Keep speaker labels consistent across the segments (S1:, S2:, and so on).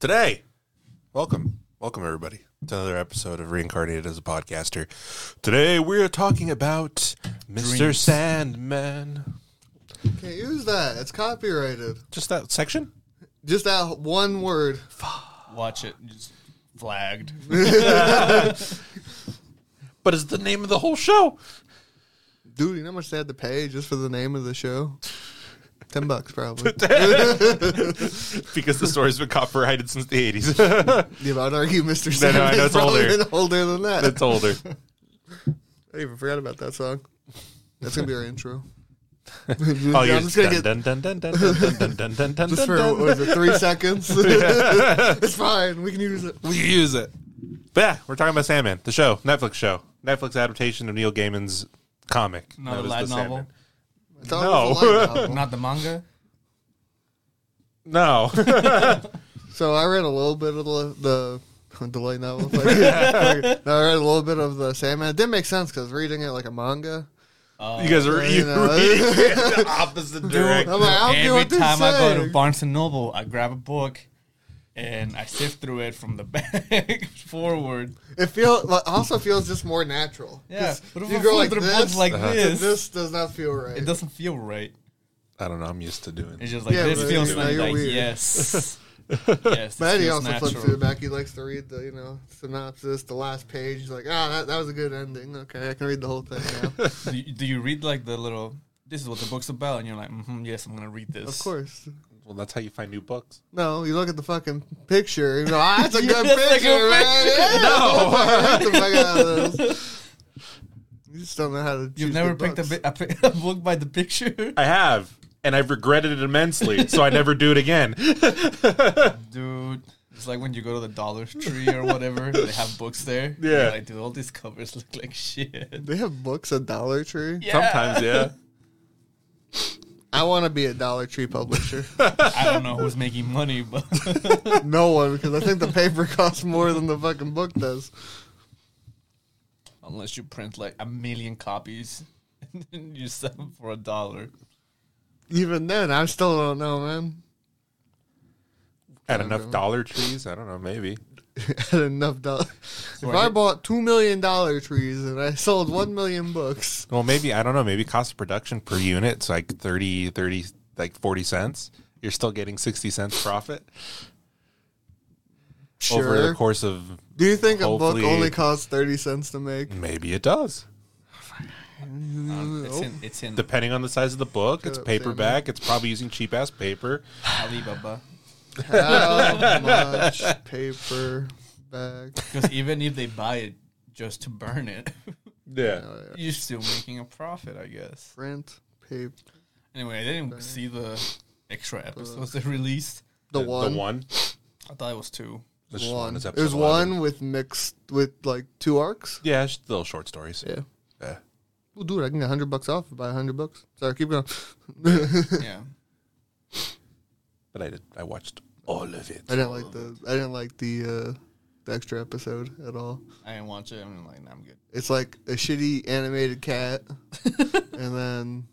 S1: today. Welcome. Welcome, everybody, to another episode of Reincarnated as a Podcaster. Today, we're talking about Mr.
S2: Dreams.
S1: Sandman.
S3: Can't use that. It's copyrighted.
S1: Just that section?
S3: Just that one word.
S2: Watch it. Just flagged.
S1: But it's the name of the whole show.
S3: Dude, you know how much they had to pay just for the name of the show? Ten bucks probably.
S1: Because the story's been copyrighted since the 80s.
S3: yeah, but I'd argue Mr.
S1: No, no, I
S3: Sandman's
S1: know it's
S3: probably
S1: older.
S3: been older than that.
S1: it's older.
S3: I even forgot about that song. That's gonna be our intro.
S1: Oh, I'll
S3: Yeah, I'm
S1: use
S3: just gonna get-
S1: dun, dun, dun, dun, dun, dun, dun, dun, dun, dun,
S3: Just for
S1: dun.
S3: what was it, three seconds? it's fine. We can use it.
S1: We use it. But yeah, we're talking about Sandman, the show, Netflix show, Netflix adaptation of Neil Gaiman's comic.
S2: Not a
S1: known as
S2: light
S1: The
S2: novel?
S1: Sandman.
S3: I thought it was a light novel.
S2: Not the manga.
S1: No,
S3: So I read a little bit of the the delay novel. It's like- No, I read a little bit of the Sandman. It didn't make sense because reading it like a manga.
S1: you guys are you
S3: know.
S1: reading in the opposite direction.
S3: I'm like, I don't get
S2: Every
S3: what they're
S2: time I go to
S3: saying.
S2: Barnes and Noble, I grab a book and I sift through it from the back forward.
S3: It feel like, also feels just more natural.
S2: Yeah,
S3: 'Cause
S2: but if
S3: you
S2: I
S3: go
S2: flip
S3: like
S2: through
S3: this,
S2: books like
S3: this,
S2: this,
S3: does not feel right.
S2: it doesn't feel right.
S1: I don't know. I'm used to doing.
S2: It's just like
S3: Yeah,
S2: this
S3: but
S2: feels
S3: you know,
S2: like,
S3: you're
S2: like,
S3: weird.
S2: yes. yes,
S3: but
S2: it
S3: Eddie
S2: feels
S3: also flips through
S2: natural.
S3: the back. He likes to read the you know synopsis, the last page. He's like, ah, that, that was a good ending. Okay, I can read the whole thing now.
S2: Do you, do you read like the little? This is what the book's about, and you're like, mm-hmm, yes, I'm gonna read this.
S3: of course.
S1: Well, that's how you find new books.
S3: No, you look at the fucking picture. You go, ah, that's a
S2: Yeah,
S3: good
S2: that's a
S3: picture,
S2: good
S3: man.
S1: No.
S2: picture.
S3: Yeah, get the fuck out of this. You just don't know how to.
S2: You've
S3: choose
S2: never
S3: good
S2: picked a,
S3: books.
S2: bi- a, pi- a book by the picture,
S1: I have, and I've regretted it immensely. so I never do it again.
S2: dude. It's like when you go to the Dollar Tree or whatever, they have books there.
S1: Yeah.
S2: You're like, dude, all these covers look like shit.
S3: They have books at Dollar Tree.
S1: Sometimes, yeah.
S3: I want to be a Dollar Tree publisher.
S2: I don't know who's making money, but
S3: no one, because I think the paper costs more than the fucking book does.
S2: unless you print like a million copies and then you sell them for a dollar.
S3: Even then, I still don't know, man.
S1: At enough Dollar Trees, I don't know. Maybe
S3: Had enough dollars. If
S2: Right.
S3: I bought two million dollar trees and I sold one million books,
S1: Well, maybe I don't know. Maybe cost of production per unit's like 30, 30, like forty cents. You're still getting sixty cents profit
S3: sure.
S1: over the course of.
S3: Do you think a
S1: Hopefully-
S3: book only costs thirty cents to make?
S1: Maybe it does,
S2: Um, it's in it's in
S1: depending on the size of the book. It's
S3: up,
S1: paperback. It's probably using cheap ass paper.
S2: Alibaba.
S3: How much paper back?
S2: Because even if they buy it just to burn it,
S1: Yeah,
S2: you're still making a profit, I guess.
S3: uh, Print paper.
S2: Anyway, I didn't see the
S1: Uh.
S2: extra episodes they released.
S3: The one.
S1: The one.
S2: I thought it was two.
S1: This
S3: One.
S1: is
S3: There's
S1: episode
S3: one
S1: 11.
S3: with mixed with like two arcs.
S1: Yeah, it's little short stories.
S3: Yeah.
S1: Yeah.
S3: Well, dude, I can get hundred bucks off if I buy hundred bucks. Sorry, keep going.
S2: Yeah.
S1: But I did. I watched all of it.
S3: I didn't like the I didn't like the uh, the extra episode at all.
S2: I didn't watch it. I'm like, nah, I'm good.
S3: It's like a shitty animated cat, and then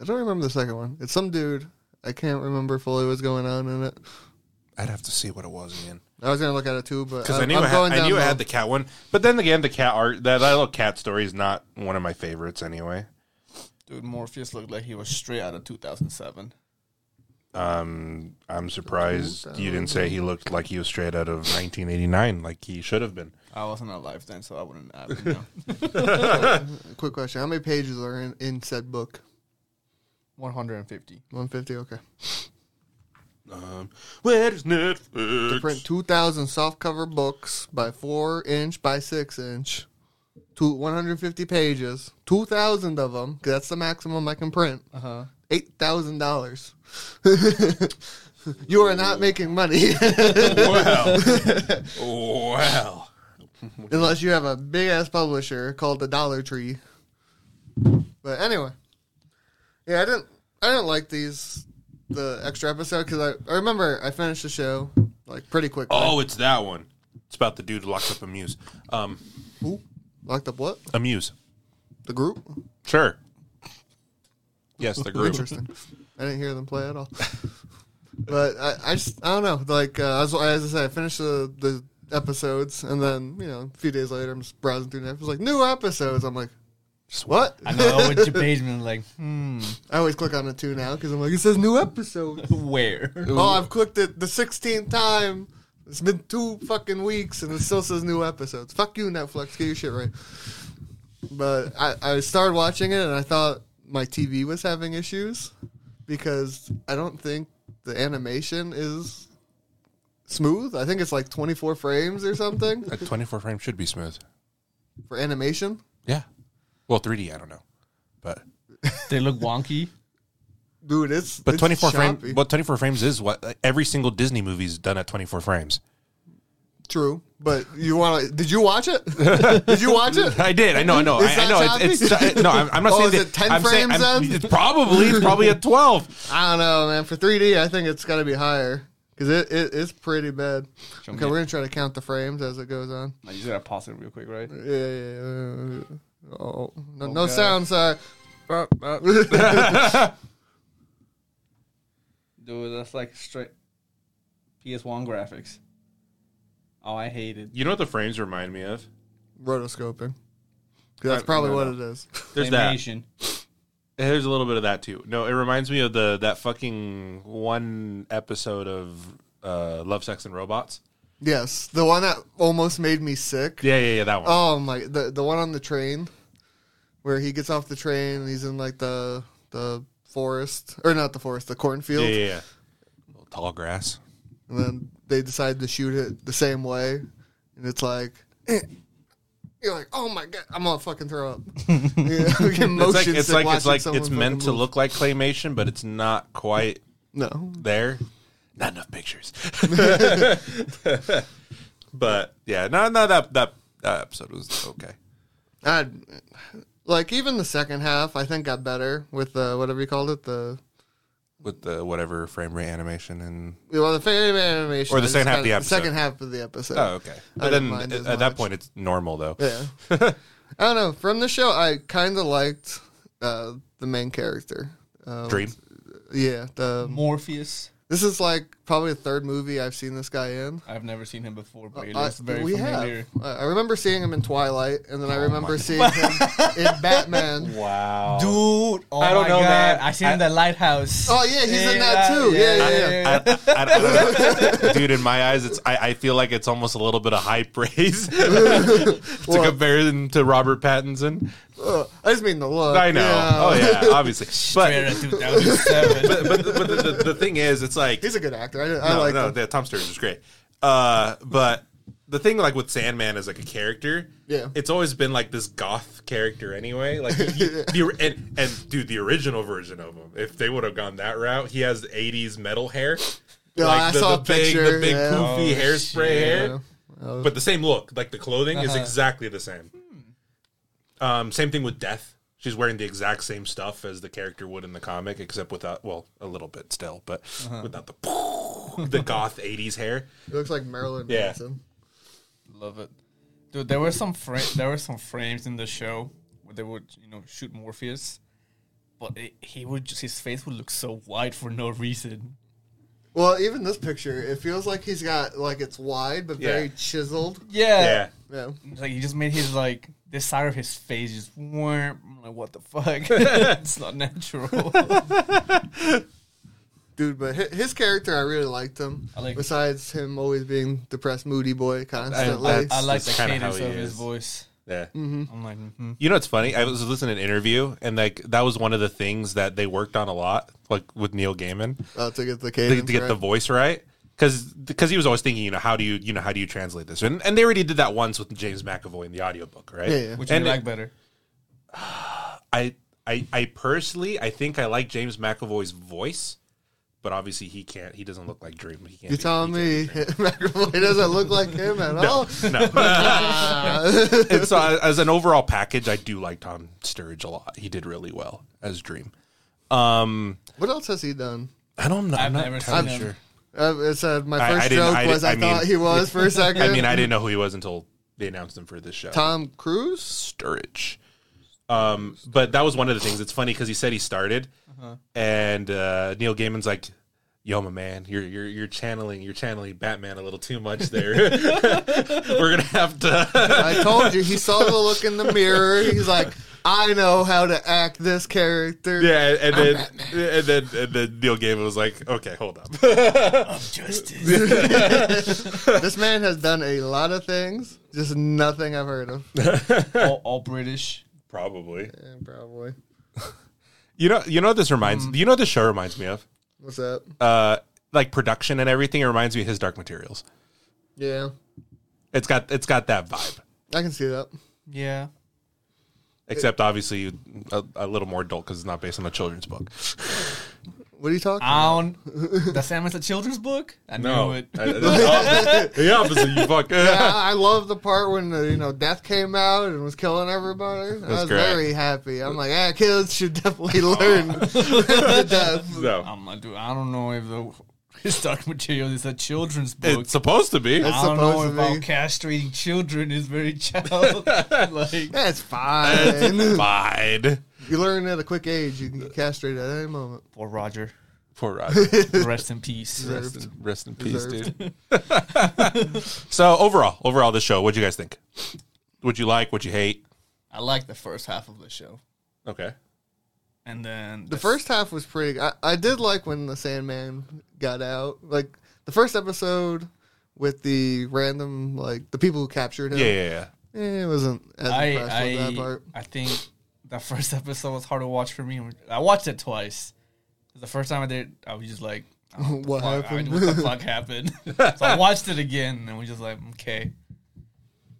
S3: I don't remember the second one. It's some dude. I can't remember fully what's going on in it.
S1: I'd have to see what it was again.
S3: I was gonna look at it too, but
S1: because
S3: I'm,
S1: I knew
S3: I'm
S1: I had,
S3: going
S1: I
S3: down
S1: knew I
S3: the-
S1: had the cat one. But then again, the cat art that, that little cat story is not one of my favorites anyway.
S2: Dude, Morpheus looked like he was straight out of 2007.
S1: Um, I'm surprised you didn't say he looked like he was straight out of 1989, like he should have been.
S2: I wasn't alive then, so I wouldn't. I wouldn't know.
S3: Quick question: How many pages are in, in said book?
S2: 150.
S3: One fifty. Okay.
S1: Um, where is
S3: They
S1: Netflix?
S3: print two thousand softcover books by four inch by six inch, to one hundred fifty pages. Two thousand of them. Cause that's the maximum I can print.
S2: Uh huh.
S3: eight thousand dollars. you are not making money
S1: Wow, wow.
S3: unless you have a big ass publisher called the Dollar Tree. But anyway, yeah, I didn't I didn't like these the extra episode because I, I remember I finished the show like pretty quickly.
S1: Oh, it's that one. It's about the dude who locked up a muse. Um,
S3: Ooh, locked up what
S1: a muse.
S3: the group?
S1: Sure. Yes, the group.
S3: Interesting. I didn't hear them play at all. But I, I just I don't know. Like uh, as, as I said, I finished the, the episodes, and then you know a few days later, I'm just browsing through Netflix, like new episodes. I'm like, what?
S2: I know it's your basement. Like, hmm,
S3: I always click on it too now because I'm like, it says new episode.
S2: where?
S3: Oh, I've clicked it the 16th time. It's been two fucking weeks and it still says new episodes. Fuck you, Netflix. Get your shit right. But I, I started watching it and I thought my TV was having issues because I don't think the animation is smooth. I think it's like 24 frames or something
S1: A 24 frame should be smooth.
S3: for animation.
S1: Yeah. Well, 3D, I don't know. But
S2: They look wonky.
S3: Dude, it's
S1: but
S3: it's
S1: 24
S3: choppy.
S1: frame but 24 frames is what like, every single Disney movie is done at 24 frames.
S3: True, but you want to? Did you watch it? did you watch it?
S1: I did. I know. I know.
S3: It's
S1: I, I
S3: not
S1: know. It's,
S3: choppy?
S1: it's uh, no. I'm, I'm not
S3: Oh,
S1: saying
S3: is
S1: that-
S3: it 10
S1: I'm saying-
S3: frames
S1: I'm-
S3: then?
S1: It's probably. It's probably at 12.
S3: I don't know, man. For 3D, I think it's got to be higher because it, it it's pretty bad.
S2: Show me
S3: okay,
S2: it.
S3: we're gonna try to count the frames as it goes on.
S2: Now, you just gotta pause it real quick, right?
S3: Yeah, yeah, yeah. Oh, no, no
S2: God.
S3: sound, sorry.
S2: Dude, that's like straight PS1 graphics. Oh, I hate it.
S1: You know what the frames remind me of?
S3: Rotoscoping. 'Cause That's
S1: I-
S3: probably
S1: no,
S3: what
S1: no.
S3: it is.
S1: There's that.
S2: Animation.
S1: There's a little bit of that too. No, it reminds me of the that fucking one episode of uh, Love, Sex, and Robots.
S3: Yes, the one that almost made me sick.
S1: Yeah, yeah, yeah. That one.
S3: Oh my, the the one on the train, where he gets off the train and he's in like the the forest or not the forest, the cornfield.
S1: yeah, yeah, yeah. Little tall grass.
S3: and then they decide to shoot it the same way, and it's like, eh. you're like, oh my god, I'm gonna fucking throw up. you know, we
S1: It's like
S3: get motion
S1: it's
S3: sick
S1: like it's
S3: watching
S1: like
S3: someone
S1: it's meant
S3: fucking
S1: to
S3: move.
S1: look like claymation, but it's not quite
S3: No,
S1: there. Not enough pictures. but yeah, no, no, that that that episode was okay.
S3: I like even the second half. I think got better with the whatever you called it, the
S1: with the whatever frame rate animation and
S3: well, the fan animation
S1: Or the
S3: I
S1: second
S3: just
S1: half of
S3: kinda-
S1: the
S3: second half of the episode.
S1: oh okay but
S3: didn't
S1: then
S3: mind
S1: at,
S3: as
S1: at that
S3: much.
S1: point it's normal though
S3: Yeah. I don't know. From the show, I kind of liked uh, the main character. Uh,
S1: dream
S3: Yeah. The,
S2: Morpheus.
S3: this is like probably the third movie I've seen this guy in.
S2: I've never seen him before, but he
S3: I-
S2: looks very
S3: Uh, we
S2: familiar. Oh
S3: have. I I remember seeing him in Twilight, and then I remember
S1: my-
S3: seeing him in Batman.
S1: wow
S2: Dude, oh
S1: I don't
S2: my
S1: know,
S2: God.
S1: man.
S2: I seen him in the lighthouse.
S3: Oh, yeah, he's in that too. Yeah, yeah, yeah.
S1: I, I- I don't know. dude in my eyes it's I, I feel like it's almost a little bit of high praise to
S3: Well-
S1: compare him to Robert Pattinson
S3: Ugh, I just mean the look.
S1: I know oh yeah obviously
S2: Straight
S1: but
S2: out of 2007.
S1: but, but, the, but the, the, the thing is it's like
S3: He's a good actor. I, I
S1: no,
S3: like
S1: no,
S3: him.
S1: that Tom Sturridge is great. Uh, but the thing like with Sandman as like a character,
S3: Yeah.
S1: it's always been like this goth character anyway. Like you- the and and dude, the original version of him, if they would have gone that route, he has '80s metal hair,
S3: Yeah, I
S1: the,
S3: saw
S1: the
S3: a
S1: big,
S3: picture,
S1: the big
S3: yeah.
S1: poofy
S2: Oh,
S1: hairspray
S2: shit.
S1: hair, but the same look. Like the clothing is
S2: Uh-huh.
S1: exactly the same. Um, same thing with Death. She's wearing the exact same stuff as the character would in the comic, except without, well, a little bit still, but
S3: Uh-huh.
S1: without the the goth '80s hair.
S3: He looks like Marilyn
S1: Yeah.
S3: Manson.
S2: Love it, dude. There were some fra- there were some frames in the show where they would you know shoot Morpheus, but it, he would just his face would look so wide for no reason.
S3: Well, even this picture, it feels like he's got like it's wide but
S1: Yeah.
S3: very chiseled.
S1: Yeah,
S2: Yeah,
S3: Yeah.
S2: like he just made his like this side of his face just warm. I'm like, what the fuck? it's not natural.
S3: Dude, but hi- his character, I really liked him.
S2: I like-
S3: Besides him always being depressed, moody boy constantly.
S1: that's-
S2: I like the
S1: That's kinda
S2: cadence
S1: how
S2: of
S1: he
S2: his
S1: is. Mm-hmm.
S2: voice.
S1: yeah.
S3: Mm-hmm.
S2: I'm like, mhm.
S1: You know, it's funny. I was listening to an interview, and like that was one of the things that they worked on a lot, like with Neil Gaiman,
S3: uh, to get the
S1: to,
S3: cadence
S1: to get the
S3: right.
S1: voice right. Because he was always thinking, you know, how do you, you know, how do you translate this? And, and they already did that once with James McAvoy in the audiobook, right?
S3: Yeah, yeah.
S2: which
S1: and
S2: you like better?
S1: I, I, I personally, I think I like James McAvoy's voice, but obviously he can't. He doesn't look like Dream. He can't.
S3: You
S1: be-
S3: telling
S1: he
S3: me McAvoy doesn't look like him at all?
S1: can't- No.
S3: Ah.
S1: and so uh, as an overall package, I do like Tom Sturridge a lot. He did really well as Dream. Um,
S3: what else has he done?
S1: I don't know.
S2: I've
S1: I'm not
S2: never
S1: entirely
S2: seen him.
S1: sure.
S3: Uh, it said my
S1: I-
S3: first
S1: I didn't-
S3: joke
S1: I
S3: was I,
S1: didn't- I
S3: thought
S1: mean-
S3: he was for a second.
S1: I mean, I didn't know who he was until they announced him for this show.
S3: Tom Cruise.
S1: Sturridge. Um, but that was one of the things. It's funny because he said he started, and uh, Neil Gaiman's like, yo, my man, you're you're you're channeling you're channeling Batman a little too much there. We're gonna have to.
S3: I told you, he saw the look in the mirror. He's like, I know how to act this character.
S1: Yeah, and then and then and then Neil Gaiman was like, "Okay, hold up."
S2: Justice.
S3: This man has done a lot of things, just nothing I've heard of.
S2: all, all British.
S1: Probably.
S3: Yeah, probably.
S1: You know, you know what this reminds. you know what this show reminds me of?
S3: What's up?
S1: Uh, like production and everything. It reminds me of his Dark Materials.
S3: Yeah,
S1: It's got it's got that vibe,
S3: I can see that.
S2: Yeah.
S1: except obviously a, a little more adult because it's not based on a children's book.
S3: What are you talking?
S2: Down. the Sam is a children's book. I knew it.
S1: I- I- that's the opposite. You fuck.
S3: Yeah, I love the part when uh, you know death came out and was killing everybody. I was
S1: great.
S3: very happy. I'm like, ah, kids should definitely learn the death.
S1: No,
S2: I'm like, dude, I don't know if the his dark material is a children's book.
S1: it's supposed to be.
S2: I don't know
S3: supposed to
S2: about
S3: be.
S2: castrating children is very child. like,
S3: That's fine.
S1: Fine.
S3: you learn at a quick age. You can get castrated at any moment.
S2: poor Roger.
S1: Poor Roger.
S2: Rest in peace.
S1: Rest in, rest in peace,
S3: Deserved.
S1: dude. so overall, overall, this show. What'd you guys think? What'd you like? What'd you hate?
S2: I like the first half of the show,
S1: Okay.
S2: and then
S3: The first half was pretty. I, I did like when the Sandman got out. Like the first episode with the random, like the people who captured him.
S1: Yeah, yeah, yeah.
S3: Eh, it wasn't as impressed
S2: I
S3: with that
S2: I,
S3: part.
S2: I think the first episode was hard to watch for me. I watched it twice. The first time I did, I was just like, I don't know
S3: What
S2: the fuck- I
S3: happened?
S2: don't know what the fuck happened? so I watched it again, and we just like, okay.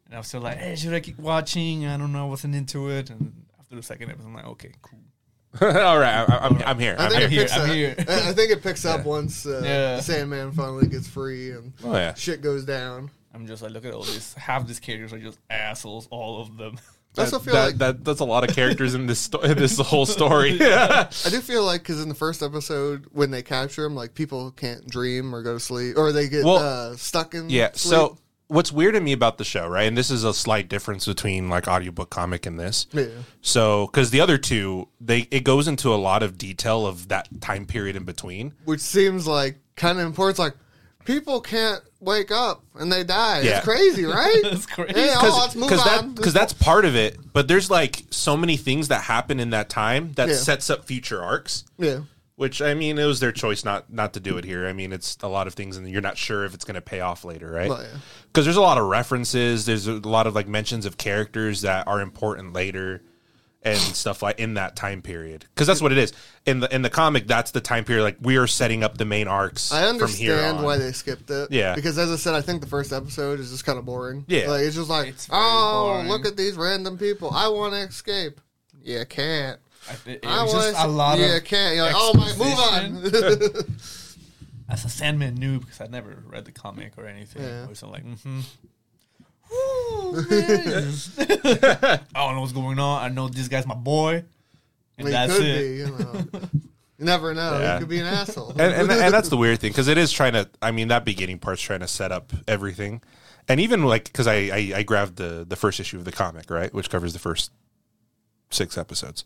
S2: And I was still like, hey, should I keep watching? I don't know. I wasn't into it. And after the second episode, I'm like, okay, cool.
S1: All right, I, I'm, I'm here.
S3: I
S1: I'm here.
S3: think, it
S2: here,
S3: picks
S2: I'm
S3: up,
S2: here.
S3: I I think it picks up once uh,
S2: Yeah.
S3: the Sandman finally gets free and
S1: Oh yeah.
S3: shit goes down.
S2: I'm just like, look at all these. Half these characters are just assholes, all of them.
S3: I also
S1: That-
S3: feel
S1: that,
S3: like
S1: that, that's a lot of characters in this sto- in this whole story.
S3: I do feel like because in the first episode when they capture him, like people can't dream or go to sleep or they get
S1: Well,
S3: uh, stuck in.
S1: Yeah.
S3: sleep.
S1: So what's weird to me about the show, right? And this is a slight difference between like audiobook comic and this.
S3: Yeah.
S1: So because the other two, they it goes into a lot of detail of that time period in between.
S3: which seems like kind of important. It's like people can't wake up and they die.
S1: Yeah.
S3: It's crazy, right?
S2: That's crazy.
S3: Yeah, oh, let's move
S1: because that
S3: on.
S1: because that's part of it. But there's like so many things that happen in that time that
S3: Yeah.
S1: sets up future arcs.
S3: yeah.
S1: Which I mean, it was their choice not not to do it here. I mean, it's a lot of things, and you're not sure if it's going to pay off later, right?
S3: Well,
S1: Because
S3: yeah.
S1: there's a lot of references, there's a lot of like mentions of characters that are important later, and stuff like in that time period. Because that's what it is in the in the comic. That's the time period. Like we are setting up the main arcs.
S3: I
S1: from here
S3: understand
S1: on.
S3: why they skipped it.
S1: Yeah.
S3: Because as I said, I think the first episode is just kind of boring.
S1: Yeah.
S3: Like, it's just like,
S2: It's very
S3: oh,
S2: boring.
S3: look at these random people. I want to escape. You can't.
S2: I, it, it
S3: I
S2: was
S3: want
S2: just a lot
S3: you
S2: of.
S3: can't. You're like, oh my, move on.
S2: As a Sandman noob, because I never read the comic or anything.
S3: Yeah.
S2: I was like, mm-hmm. I don't know what's going on. I know this guy's my boy, and
S3: Like,
S2: that's
S3: could
S2: it.
S3: be. You, know. you never know.
S1: Yeah.
S3: You could be an asshole.
S1: and, and, and that's the weird thing because it is trying to i mean that beginning part's trying to set up everything and even like because I, I i grabbed the the first issue of the comic right which covers the first six episodes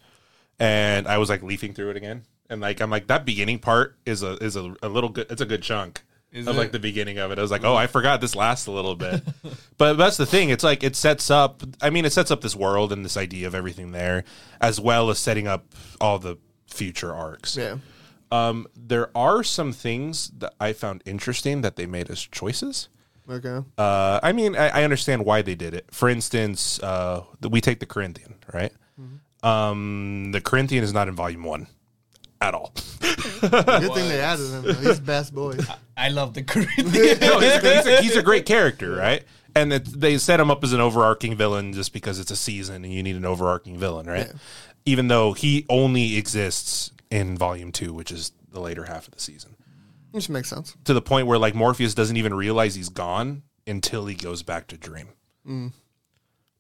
S1: and i was like leafing through it again and like i'm like that beginning part is a is a, a little good it's a good chunk
S2: Is
S1: of
S2: it? Mm-hmm.
S1: like the beginning of it i was like oh i forgot this lasts a little bit but that's the thing it's like it sets up i mean it sets up this world and this idea of everything there as well as setting up all the future arcs
S3: yeah.
S1: um, there are some things that I found interesting that they made as choices.
S3: Okay.
S1: Uh, I mean, I, I understand why they did it. For instance, uh, the, we take the Corinthian, right? Um, the Corinthian is not in volume one at all.
S3: Good thing they added him. though. He's best boy.
S2: I love the Corinthian.
S1: no, he's, he's a, he's a great character, right? And it, they set him up as an overarching villain just because it's a season and you need an overarching villain, right? Even though he only exists in volume two, which is the later half of the season.
S3: Which makes sense.
S1: to the point where like Morpheus doesn't even realize he's gone until he goes back to dream.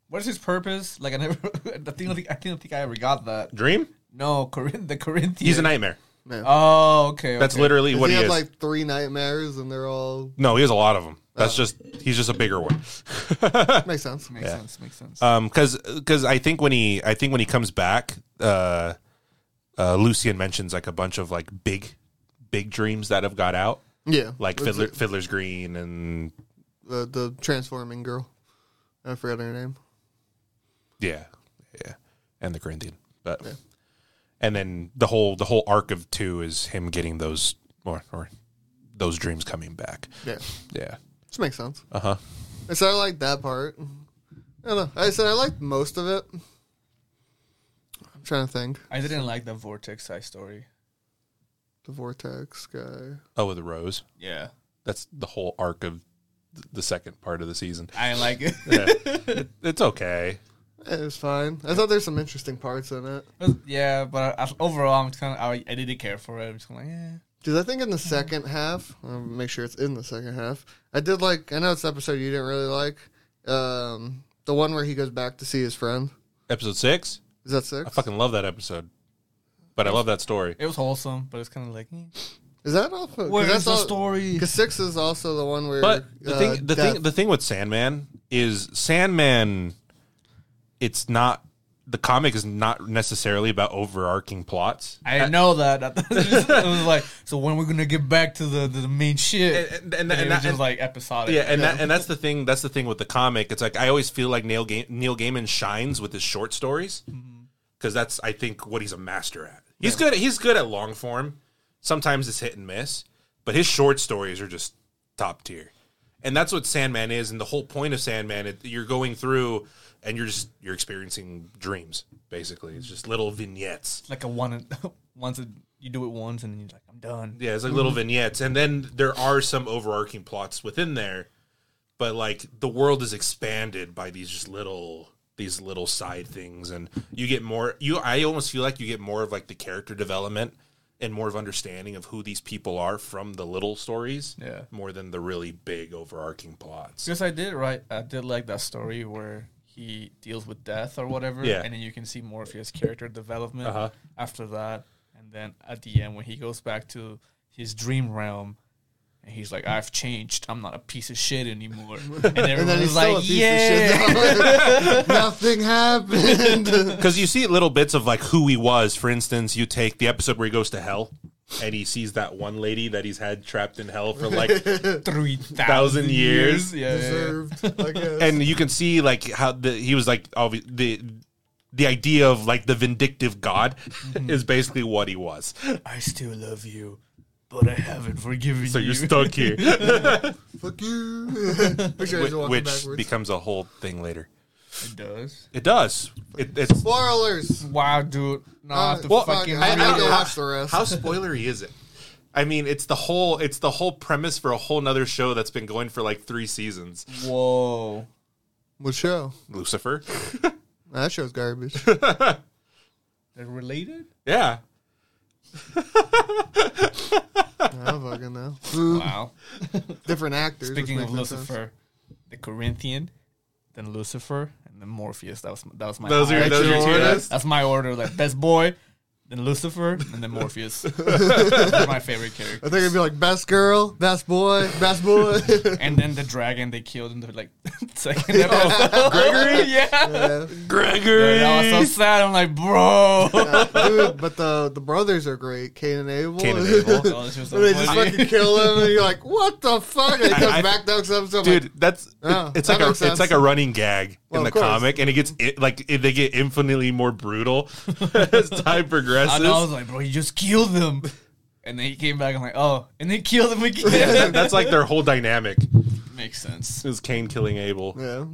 S2: what is his purpose? Like I never, I think I think I think I ever got that.
S1: Dream?
S2: No, Corinth, the Corinthian.
S1: He's a nightmare.
S3: Man.
S2: Oh, okay.
S1: That's
S2: okay.
S1: literally what
S3: he
S1: he,
S3: had
S1: is.
S3: like three nightmares, and they're all
S1: no, he has a lot of them.
S3: Oh.
S1: That's just he's just a bigger one.
S3: makes sense.
S2: makes sense. Makes sense.
S1: Um, because I think when he I think when he comes back, uh, uh, Lucian mentions like a bunch of like big big dreams that have got out,
S3: Yeah,
S1: like
S3: that's
S1: Fiddler,
S3: it.
S1: Fiddler's Green and
S3: the the transforming girl. I forgot her name.
S1: yeah, yeah, and the Corinthian. But and then the whole the whole arc of two is him getting those or or those dreams coming back.
S3: Yeah,
S1: Yeah.
S3: which makes sense.
S1: Uh huh.
S3: I said I liked that part. I don't know. I said I liked most of it. I'm trying to think.
S2: I didn't like the vortex side story.
S3: The vortex guy.
S1: Oh, with the rose.
S2: Yeah,
S1: That's the whole arc of th- the second part of the season.
S2: I didn't like it.
S1: Yeah. It- it's okay.
S3: It was Eh, fine. I thought there's some interesting parts in it.
S2: But- yeah, but I, I- overall, I'm kind of I, I didn't care for it. I'm just kinda like, eh.
S3: Because I think in the second half, I'll make sure it's in the second half. I did like. I know it's the episode you didn't really like. Um, the one where he goes back to see his friend.
S1: Episode six.
S3: Is that
S1: I
S3: six?
S1: fucking love that episode. But I love that story.
S2: It was wholesome, but it's kind of like, eh.
S3: is that all?
S2: where's
S3: that's
S2: the
S3: all-
S2: story?
S3: Because six is also the one where.
S1: But the
S3: uh,
S1: thing, the
S3: Death-
S1: thing, the thing with Sandman is Sandman. It's not the comic is not necessarily about overarching plots.
S2: I know that. it was like, so when we're gonna get back to the, the main shit?
S1: And- and- and-
S2: it
S1: and-
S2: was just
S1: and-
S2: like episodic.
S1: Yeah, and that, and that's the thing. That's the thing with the comic. It's like I always feel like Neil Ga- Neil Gaiman shines with his short stories
S2: Mm-hmm.
S1: because that's I think what he's a master at. He's good. He's good at long form. Sometimes it's hit and miss, but his short stories are just top tier. And that's what Sandman is. And the whole point of Sandman, it, you're going through and you're just you're experiencing dreams. Basically, it's just little vignettes.
S2: It's like a one once it, you do it once and then you're like, I'm done.
S1: Yeah, it's like little vignettes, and then there are some overarching plots within there, but like the world is expanded by these just little these little side things, and you get more. You, I almost feel like you get more of like the character development and more of understanding of who these people are from the little stories,
S2: Yeah.
S1: more than the really big overarching plots.
S2: Because I did right, I did like that story where he deals with death or whatever,
S1: Yeah.
S2: and then you can see Morpheus' character development
S1: Uh-huh.
S2: after that, and then at the end when he goes back to his dream realm. And he's like, I've changed. I'm not a piece of shit anymore. And
S3: And then
S2: everyone's
S3: he's
S2: like,
S3: still a piece
S2: Yeah.
S3: of shit. Nothing happened.
S1: Because you see little bits of like who he was. For instance, you take the episode where he goes to hell, and he sees that one lady that he's had trapped in hell for like
S2: Three
S1: Thousand
S2: thousand
S1: years.
S2: years. Yeah, yeah, yeah.
S3: Deserved, I guess.
S1: and you can see like how the, he was like obvi- the the idea of like the vindictive god
S2: Mm-hmm.
S1: is basically what he was.
S2: I still love you, but I haven't forgiven
S1: So
S2: you.
S1: you're stuck here,
S3: Fuck you. Picture
S1: which,
S3: he's walking
S1: which
S3: backwards.
S1: becomes a whole thing later.
S2: It does.
S1: It does. It, it's
S3: Spoilers.
S2: Wow, dude. No, I have to
S3: Uh, Well,
S2: fucking.
S3: I- I
S2: read
S3: don't
S2: it.
S3: know. watch the rest.
S1: How spoilery is it? I mean, it's the whole it's the whole premise for a whole nother show that's been going for like three seasons.
S2: Whoa.
S3: What show?
S1: Lucifer.
S3: That show's garbage.
S2: They're related?
S1: yeah.
S3: I don't fucking know. Ooh,
S2: Wow.
S3: Different actors. which
S2: Speaking
S3: makes
S2: of
S3: no sense.
S2: Lucifer, the Corinthian, then Lucifer, and then Morpheus. That was that was my
S1: Those are
S2: hierarchy.
S1: those are
S3: your
S1: two-
S3: orders?
S2: that's my order. Like best boy, then Lucifer, and then Morpheus. They're my favorite
S3: I
S2: character.
S3: think it'd be like best girl, best boy, best boy.
S2: And then the dragon they killed in the like second episode. Gregory, yeah.
S3: Yeah.
S1: Gregory.
S2: That was so sad. I'm like, bro.
S3: Dude, but the the brothers are great. Cain and Abel.
S1: Cain and Abel.
S2: Oh, this was so
S3: they just
S2: funny.
S3: fucking kill him, and you're like, "What the fuck?" And he comes
S1: I-
S3: back next episode, like,
S1: dude that's
S3: Oh,
S1: it's
S3: that
S1: like a
S3: makes sense.
S1: it's like a running gag
S3: Well,
S1: in the
S3: of course.
S1: comic and it gets it, like it, they get infinitely more brutal as time progresses
S2: And I was like, bro, you just killed them. And then he came back. I'm like, oh, and they killed him again.
S1: that's like their whole dynamic
S2: Makes sense.
S1: is Cain killing Abel
S3: Yeah.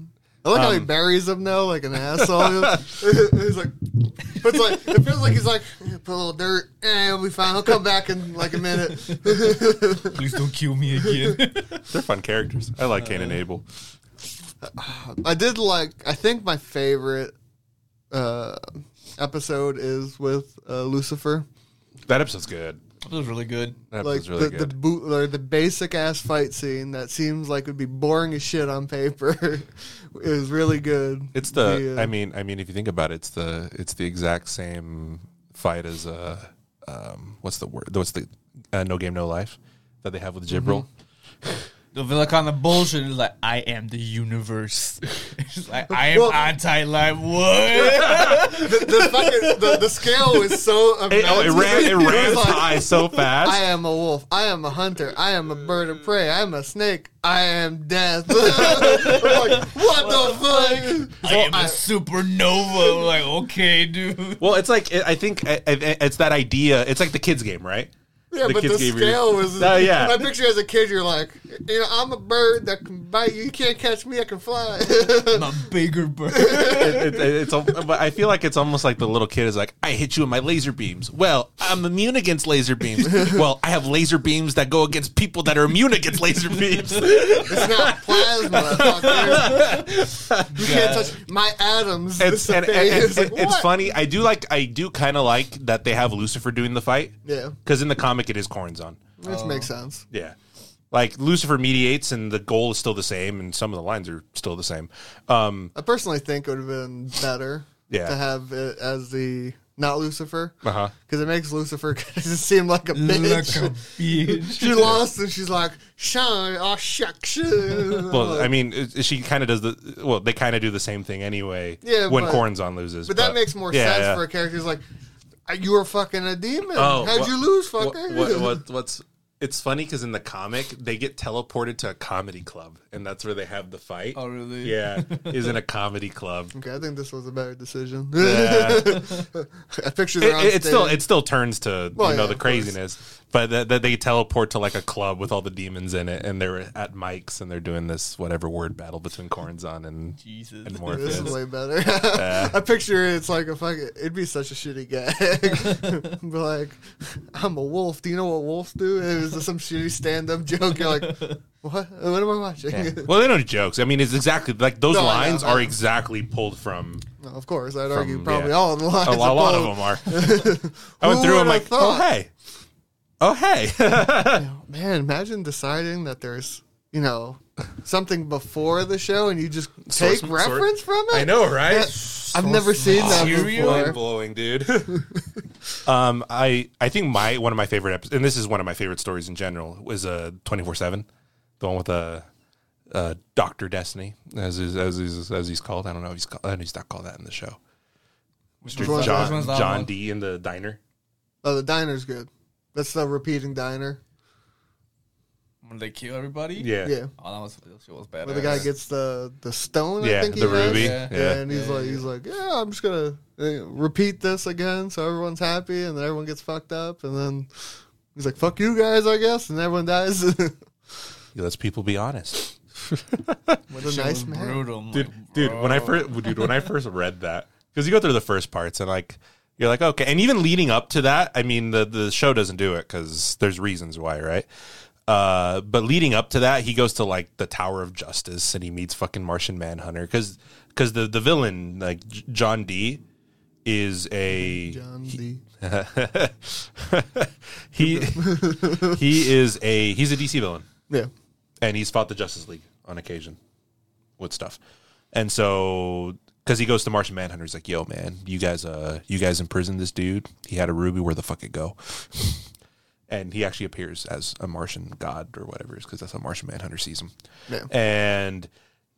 S3: I like
S1: Um,
S3: how he buries him though, like an asshole. he's like, but it's like it feels like he's like "Yeah, put a little dirt, eh, it'll be fine. He'll come back in like a minute.
S2: Please don't kill me again.
S1: they're fun characters I like Cain and Abel
S3: I did like. I think my favorite uh, episode is with uh, Lucifer.
S1: that episode's good
S2: that was really good.
S1: that
S3: Like
S1: episode's really
S3: the the
S1: good
S3: boot or the basic ass fight scene that seems like would be boring as shit on paper is really good.
S1: it's the
S3: uh,
S1: I mean I mean if you think about it it's the it's the exact same fight as uh um what's the word what's the uh, no game no life that they have with Jibril
S2: The villa kind of bullshit is like, I am the universe. It's like, I am
S3: Well-
S2: anti-life. What?
S3: the, the, fucking, the, the scale was so
S1: It, oh, it
S3: immense.
S1: ran, it ran
S3: was like,
S1: high so
S3: I
S1: fast.
S3: am a wolf. I am a hunter. I am a bird of prey. I am a snake. I am death. I'm like, what, the fuck?
S2: I am a supernova. I'm like, okay, dude.
S1: Well, it's like I I think I- I- it's that idea. It's like the kids game, right?
S3: Yeah,
S1: The
S3: but the
S1: kids gave you-
S3: scale was.
S1: Oh, yeah.
S3: When I picture you as a kid, you're like, you know, I'm a bird that can bite you. You can't catch me. I can fly.
S2: I'm a bigger bird.
S1: It, it, it's al- but I feel like it's almost like the little kid is like, I hit you with my laser beams. Well, I'm immune against laser beams. Well, I have laser beams that go against people that are immune against laser beams.
S3: it's not plasma. fucker. You can't touch my atoms.
S1: It's
S3: the
S1: and, and-
S3: thing.
S1: and-
S3: It's like,
S1: it's
S3: what?
S1: funny. I do like. I do kind of like that they have Lucifer doing the fight
S3: Yeah,
S1: because in the comic it is Corazon.
S3: which makes
S1: Oh.
S3: sense.
S1: Yeah. Like Lucifer mediates and the goal is still the same and some of the lines are still the same. Um
S3: I personally think it would have been better
S1: Yeah.
S3: to have it as the not Lucifer.
S1: Uh-huh.
S3: Because it makes Lucifer seem like a
S2: Look
S3: bitch.
S2: a bitch.
S3: she lost and she's like, shine, oh, shucks. Uh,
S1: well, I mean, it- it- she kind of does the well. They kind of do the same thing anyway.
S3: Yeah,
S1: when
S3: but-
S1: Corazon loses,
S3: but that makes more
S1: uh, yeah,
S3: sense
S1: yeah.
S3: for a character who's like, "Uh, you were fucking a demon.
S1: Oh,
S3: How'd
S1: what-
S3: you lose,
S1: What,
S3: fucker?
S1: what, what, what's it's funny because in the comic they get teleported to a comedy club and that's where they have the fight.
S2: Oh, really?
S1: Yeah, is in a comedy club.
S3: Okay, I think this was a better decision.
S1: Yeah.
S3: I picture
S1: it,
S3: they're on
S1: it, it still
S3: stage.
S1: it still turns to
S3: Well,
S1: you know
S3: yeah,
S1: the
S3: of course.
S1: craziness, but that that they teleport to like a club with all the demons in it, and they're at Mike's and they're doing this whatever word battle between Corazon and and
S2: Jesus.
S3: This is
S1: Morpheus.
S3: way better. I picture it's like a fucking. It'd be such a shitty gag. Be like, I'm a wolf. Do you know what wolves do? It was some shitty stand-up joke. You're like, what? What am I watching?
S1: well, they don't jokes. I mean, it's exactly like those
S3: No, I know,
S1: lines
S3: I know.
S1: are exactly pulled from
S3: No, of course, I'd argue
S1: From-
S3: probably
S1: yeah.
S3: all the lines.
S1: a, lot, a lot of
S3: above.
S1: them are. I went
S3: Who
S1: through. I'm
S3: would've
S1: like, oh
S3: thought?"
S1: hey, oh hey.
S3: Man, imagine deciding that there's you know something before the show and you just take
S1: Source-
S3: reference from it.
S1: I know, right?
S3: I've never seen that
S2: material?
S1: Mind
S3: before.
S1: blowing, dude. um, I I think my one of my favorite episodes, and this is one of my favorite stories in general, was uh twenty four seven, the one with uh, uh, Doctor Destiny, as is, as is, as he's called. I don't know. If he's called, I know he's not called that in the show.
S2: Which
S3: Which
S2: one's
S3: one's
S2: that-
S3: that
S2: which
S1: John
S2: one's that
S1: John
S2: one?
S1: D in the diner.
S3: Oh, the diner's good. That's the repeating diner.
S2: When they kill everybody?
S1: Yeah,
S3: Yeah.
S2: Oh, that was, that shit was bad.
S3: Where the guy gets the the stone. I
S1: Yeah,
S3: think he
S1: the
S3: has.
S1: ruby.
S2: Yeah.
S1: Yeah,
S3: Yeah, and he's
S2: Yeah,
S3: like,
S2: yeah.
S3: he's like, yeah, I'm just gonna uh, repeat this again, so everyone's happy, and then everyone gets fucked up, and then he's like, fuck you guys, I guess, and everyone dies. what a
S1: He lets people be honest.
S3: nice man.
S2: Brutal. I'm
S1: dude,
S2: like,
S1: dude. When I
S2: bro.
S1: first, dude, when I first read that, because you go through the first parts and like you're like, okay, and even leading up to that, I mean, the the show doesn't do it because there's reasons why, right? Uh, but leading up to that, he goes to like the Tower of Justice and he meets fucking Martian Manhunter because because the the villain like J- John D is a
S3: John D.
S1: he he is a he's a DC villain
S3: Yeah,
S1: and he's fought the Justice League on occasion with stuff. And so, because he goes to Martian Manhunter, he's like, "Yo, man, you guys, uh, you guys imprisoned this dude. He had a ruby. Where the fuck it go?" and he actually appears as a Martian god or whatever, because that's how Martian Manhunter sees him.
S3: Yeah.
S1: And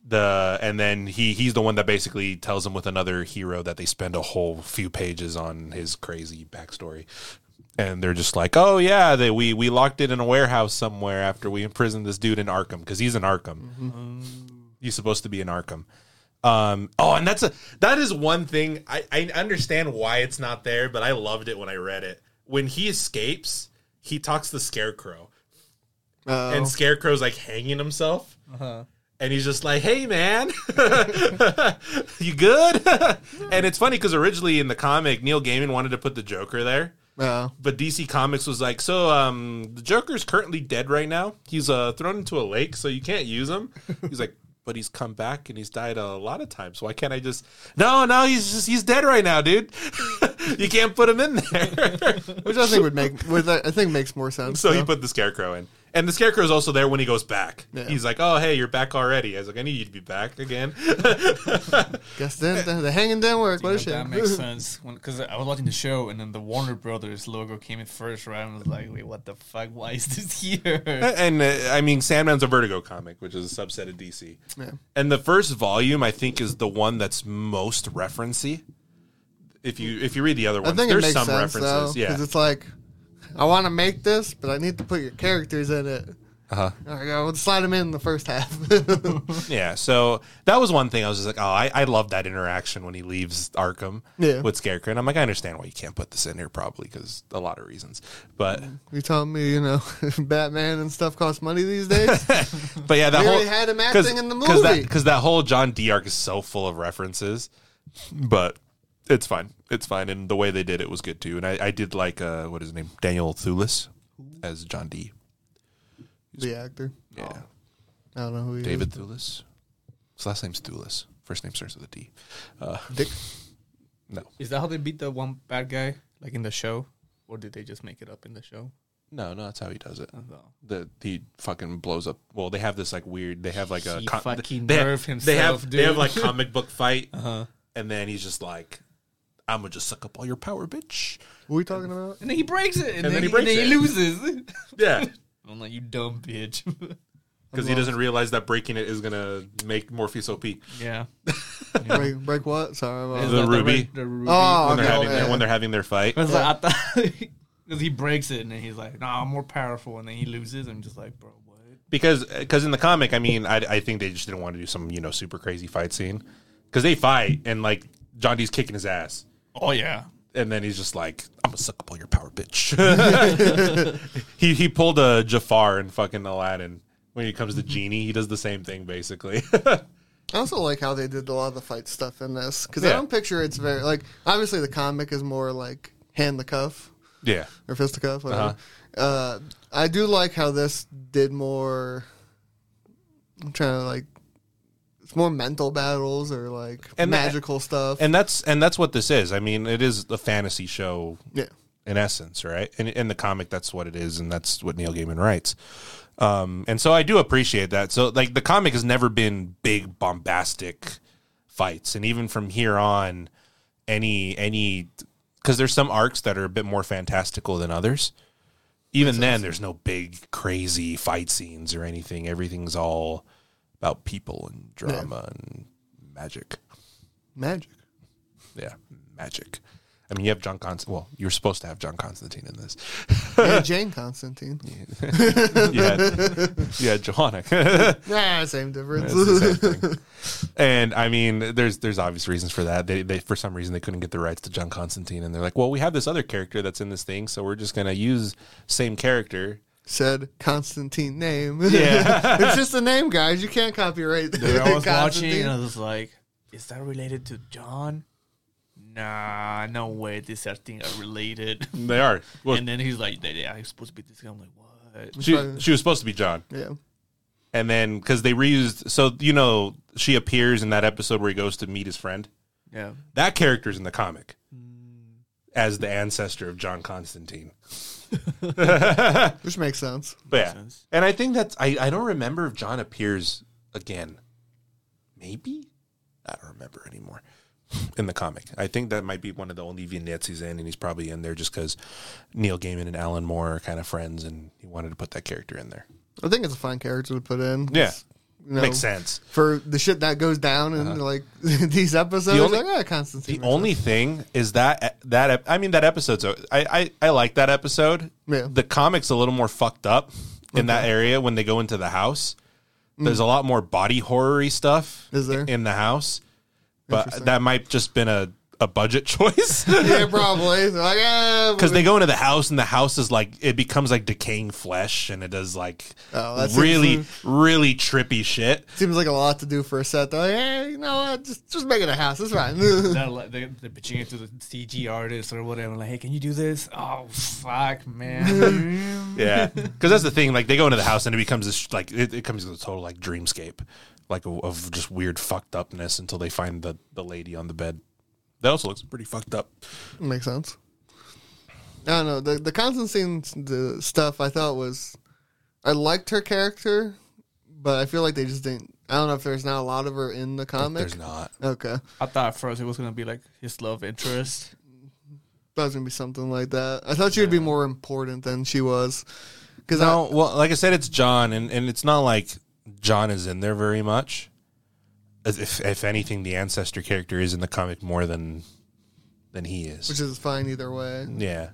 S1: the and then he he's the one that basically tells him with another hero that they spend a whole few pages on his crazy backstory. And they're just like, oh yeah, they, we we locked it in a warehouse somewhere after we imprisoned this dude in Arkham because he's in Arkham. He's supposed to be in Arkham. Um, oh, and that's a that is one thing I, I understand why it's not there, but I loved it when I read it. When he escapes, he talks to Scarecrow,
S3: uh,
S1: and Scarecrow's like hanging himself,
S2: Uh-huh.
S1: and he's just like, "Hey, man, you good?" and it's funny because originally in the comic, Neil Gaiman wanted to put the Joker there,
S3: uh,
S1: but DC Comics was like, so um, the Joker's currently dead right now. He's uh, thrown into a lake, so you can't use him. He's like, but he's come back and he's died a lot of times. Why can't I just? No, no, he's just he's dead right now, dude. you can't put him in there.
S3: which I think would make, which I I think makes more sense.
S1: so he
S3: though.
S1: put the Scarecrow in, And the scarecrow is also there when he goes back.
S3: Yeah.
S1: He's like, "Oh, hey, you're back already." I was like, "I knew you'd be back again."
S3: Guess then, then the hanging didn't work. What a
S2: You know, that
S3: shame.
S2: makes sense. Because I was watching the show, and then the Warner Brothers logo came in first round. I was like, wait, what the fuck? Why is this here?
S1: and uh, I mean, Sandman's a Vertigo comic, which is a subset of DC.
S3: Yeah.
S1: And the first volume, I think, is the one that's most referency. If you if you read the other
S3: I
S1: ones,
S3: think it
S1: there's
S3: makes
S1: some
S3: sense
S1: references.
S3: though,
S1: yeah,
S3: because it's like I want to make this, but I need to put your characters in it.
S1: Uh-huh.
S3: All right, I'll slide them in the first half.
S1: Yeah, so that was one thing I was just like, oh, I, I love that interaction when he leaves Arkham
S3: Yeah.
S1: with Scarecrow. And I'm like, I understand why you can't put this in here, probably because a lot of reasons. But
S3: you telling me, you know, Batman and stuff costs money these days?
S1: but yeah, that
S3: We
S1: whole
S3: already had him acting in the
S1: because that,
S3: movie.
S1: 'cause that whole John D arc is so full of references. But it's fine, it's fine, and the way they did it was good too. And I, I did like uh, what is his name, Daniel Thulis as John D.
S3: the actor.
S1: Yeah,
S3: I don't know who he is.
S1: David
S2: Mm-hmm.
S1: Thulis. His last name's Thulis. First name starts with a D. Uh,
S3: Dick.
S2: Is that how they beat the one bad guy, like in the show? Or did they just make it up in the show?
S1: no, no, that's how he does it.
S2: I don't know.
S1: the he fucking blows up. Well, they have this like weird. They have like a
S2: He
S1: con-
S2: fucking
S1: they,
S2: nerfed
S1: They have
S2: himself,
S1: they have
S2: dude.
S1: like comic book fight,
S2: Uh-huh.
S1: and then he's just like, "I'm gonna just suck up all your power, bitch."
S3: What are we talking about?
S2: And then he breaks it. And,
S1: then
S2: then,
S1: he
S2: he
S1: breaks
S2: and then
S1: it.
S2: he loses.
S1: Yeah,
S2: I'm like, you dumb bitch.
S1: because he doesn't realize that breaking it is gonna make Morpheus OP.
S2: yeah.
S3: Break, break what? Sorry.
S2: It's
S3: About
S1: The
S2: like
S1: ruby.
S2: red- the ruby.
S3: Oh,
S1: When
S3: okay.
S1: they're having
S3: yeah.
S1: their, when they're having their fight,
S2: I was like, I thought. Because he breaks it and then he's like, nah, I'm more powerful. And then he loses. I'm just like, bro, what?
S1: because because in the comic, I mean, I, I think they just didn't want to do some you know super crazy fight scene because they fight and like John D's kicking his ass.
S2: Oh, yeah.
S1: and then he's just like, "I'm gonna suck up all your power, bitch." he he pulled a Jafar in fucking Aladdin when he comes to genie. He does the same thing basically.
S3: I also like how they did a lot of the fight stuff in this because I
S1: Yeah.
S3: don't picture it's very like obviously the comic is more like hand the cuff
S1: yeah,
S3: or fist the cuff. Whatever.
S1: Uh-huh.
S3: uh I do like how this did more. I'm trying to like it's more mental battles or like
S1: And that-
S3: magical stuff.
S1: and that's and that's what this is. I mean, it is a fantasy show
S3: yeah,
S1: in essence, right? And in the comic, that's what it is, and that's what Neil Gaiman writes. Um, and so I do appreciate that. So like the comic has never been big bombastic fights, and even from here on, any any because there's some arcs that are a bit more fantastical than others. Even then, there's no big crazy fight scenes or anything. Everything's all about people and drama and magic.
S3: magic.
S1: Yeah, magic. I mean, you have John Constantine. Well, you were supposed to have John Constantine in this.
S3: Yeah, Jane Constantine.
S1: yeah, yeah, Johanna.
S3: Nah, same difference.
S1: It's the same thing. And I mean, there's there's obvious reasons for that. They, they for some reason they couldn't get the rights to John Constantine, and they're like, well, we have this other character that's in this thing, so we're just gonna use same character.
S3: Said Constantine name.
S1: Yeah.
S3: it's just a name, guys. You can't copyright.
S2: Dude, I was watching
S3: Constantine.
S2: and
S1: uh,
S2: I was like, is that related to John? Nah, no way. These are things are related.
S1: They are. Well,
S2: and then he's like, yeah, he's supposed to be this guy. I'm like, what?
S1: she she was supposed to be John,
S3: Yeah.
S1: and then because they reused, so you know, she appears in that episode where he goes to meet his friend.
S2: Yeah.
S1: That character's in the comic as the ancestor of John Constantine.
S3: Which makes sense.
S1: But yeah.
S2: sense.
S1: And I think that's I, I don't remember if John appears again. Maybe? I don't remember anymore. In the comic. I think that might be one of the only vignettes he's in, and he's probably in there just because Neil Gaiman and Alan Moore are kind of friends and he wanted to put that character in there.
S3: I think it's a fine character to put in.
S1: Yeah.
S3: It's, you know,
S1: Makes sense. Uh-huh.
S3: For the shit that goes down in like these episodes.
S1: The only-
S3: like, yeah, Constantine.
S1: The
S3: makes
S1: only thing is that that ep- I mean that episode's o- I I, I like that episode.
S3: Yeah.
S1: The comic's a little more fucked up in that area when they go into the house. There's a lot more body horror stuff
S3: Mm. Is there?
S1: in the house. But
S3: Interesting.
S1: that might just been a, a budget choice.
S3: sense. yeah, probably. They're like, ah,
S1: Because they go into the house and the house is like it becomes like decaying flesh and it does like
S3: Oh, that seems-
S1: really, really trippy shit.
S3: seems like a lot to do for a set. They're like, hey, you know what? Just, just make it a house. It's fine. yeah,
S2: They're, like, they're, they're pitching it to the CG artist or whatever. Like, hey, can you do this? Oh, fuck, man.
S1: Yeah, because that's the thing. Like they go into the house and it becomes this like it, it comes to a total like dreamscape, like of- of just weird fucked upness until they find the the lady on the bed. That also looks pretty fucked up.
S3: makes sense. I don't know. The, the Constantine the stuff I thought was I liked her character, but I feel like they just didn't. I don't know if there's not a lot of her in the comic.
S1: There's not.
S3: Okay,
S2: I thought at first it was gonna be like his love interest.
S3: that was gonna be something like that. I thought she would be more important than she was, because
S1: No, well, like I said, it's John, and, and it's not like John is in there very much. As If if anything, the ancestor character is in the comic more than than he is.
S3: which is fine either way.
S1: yeah,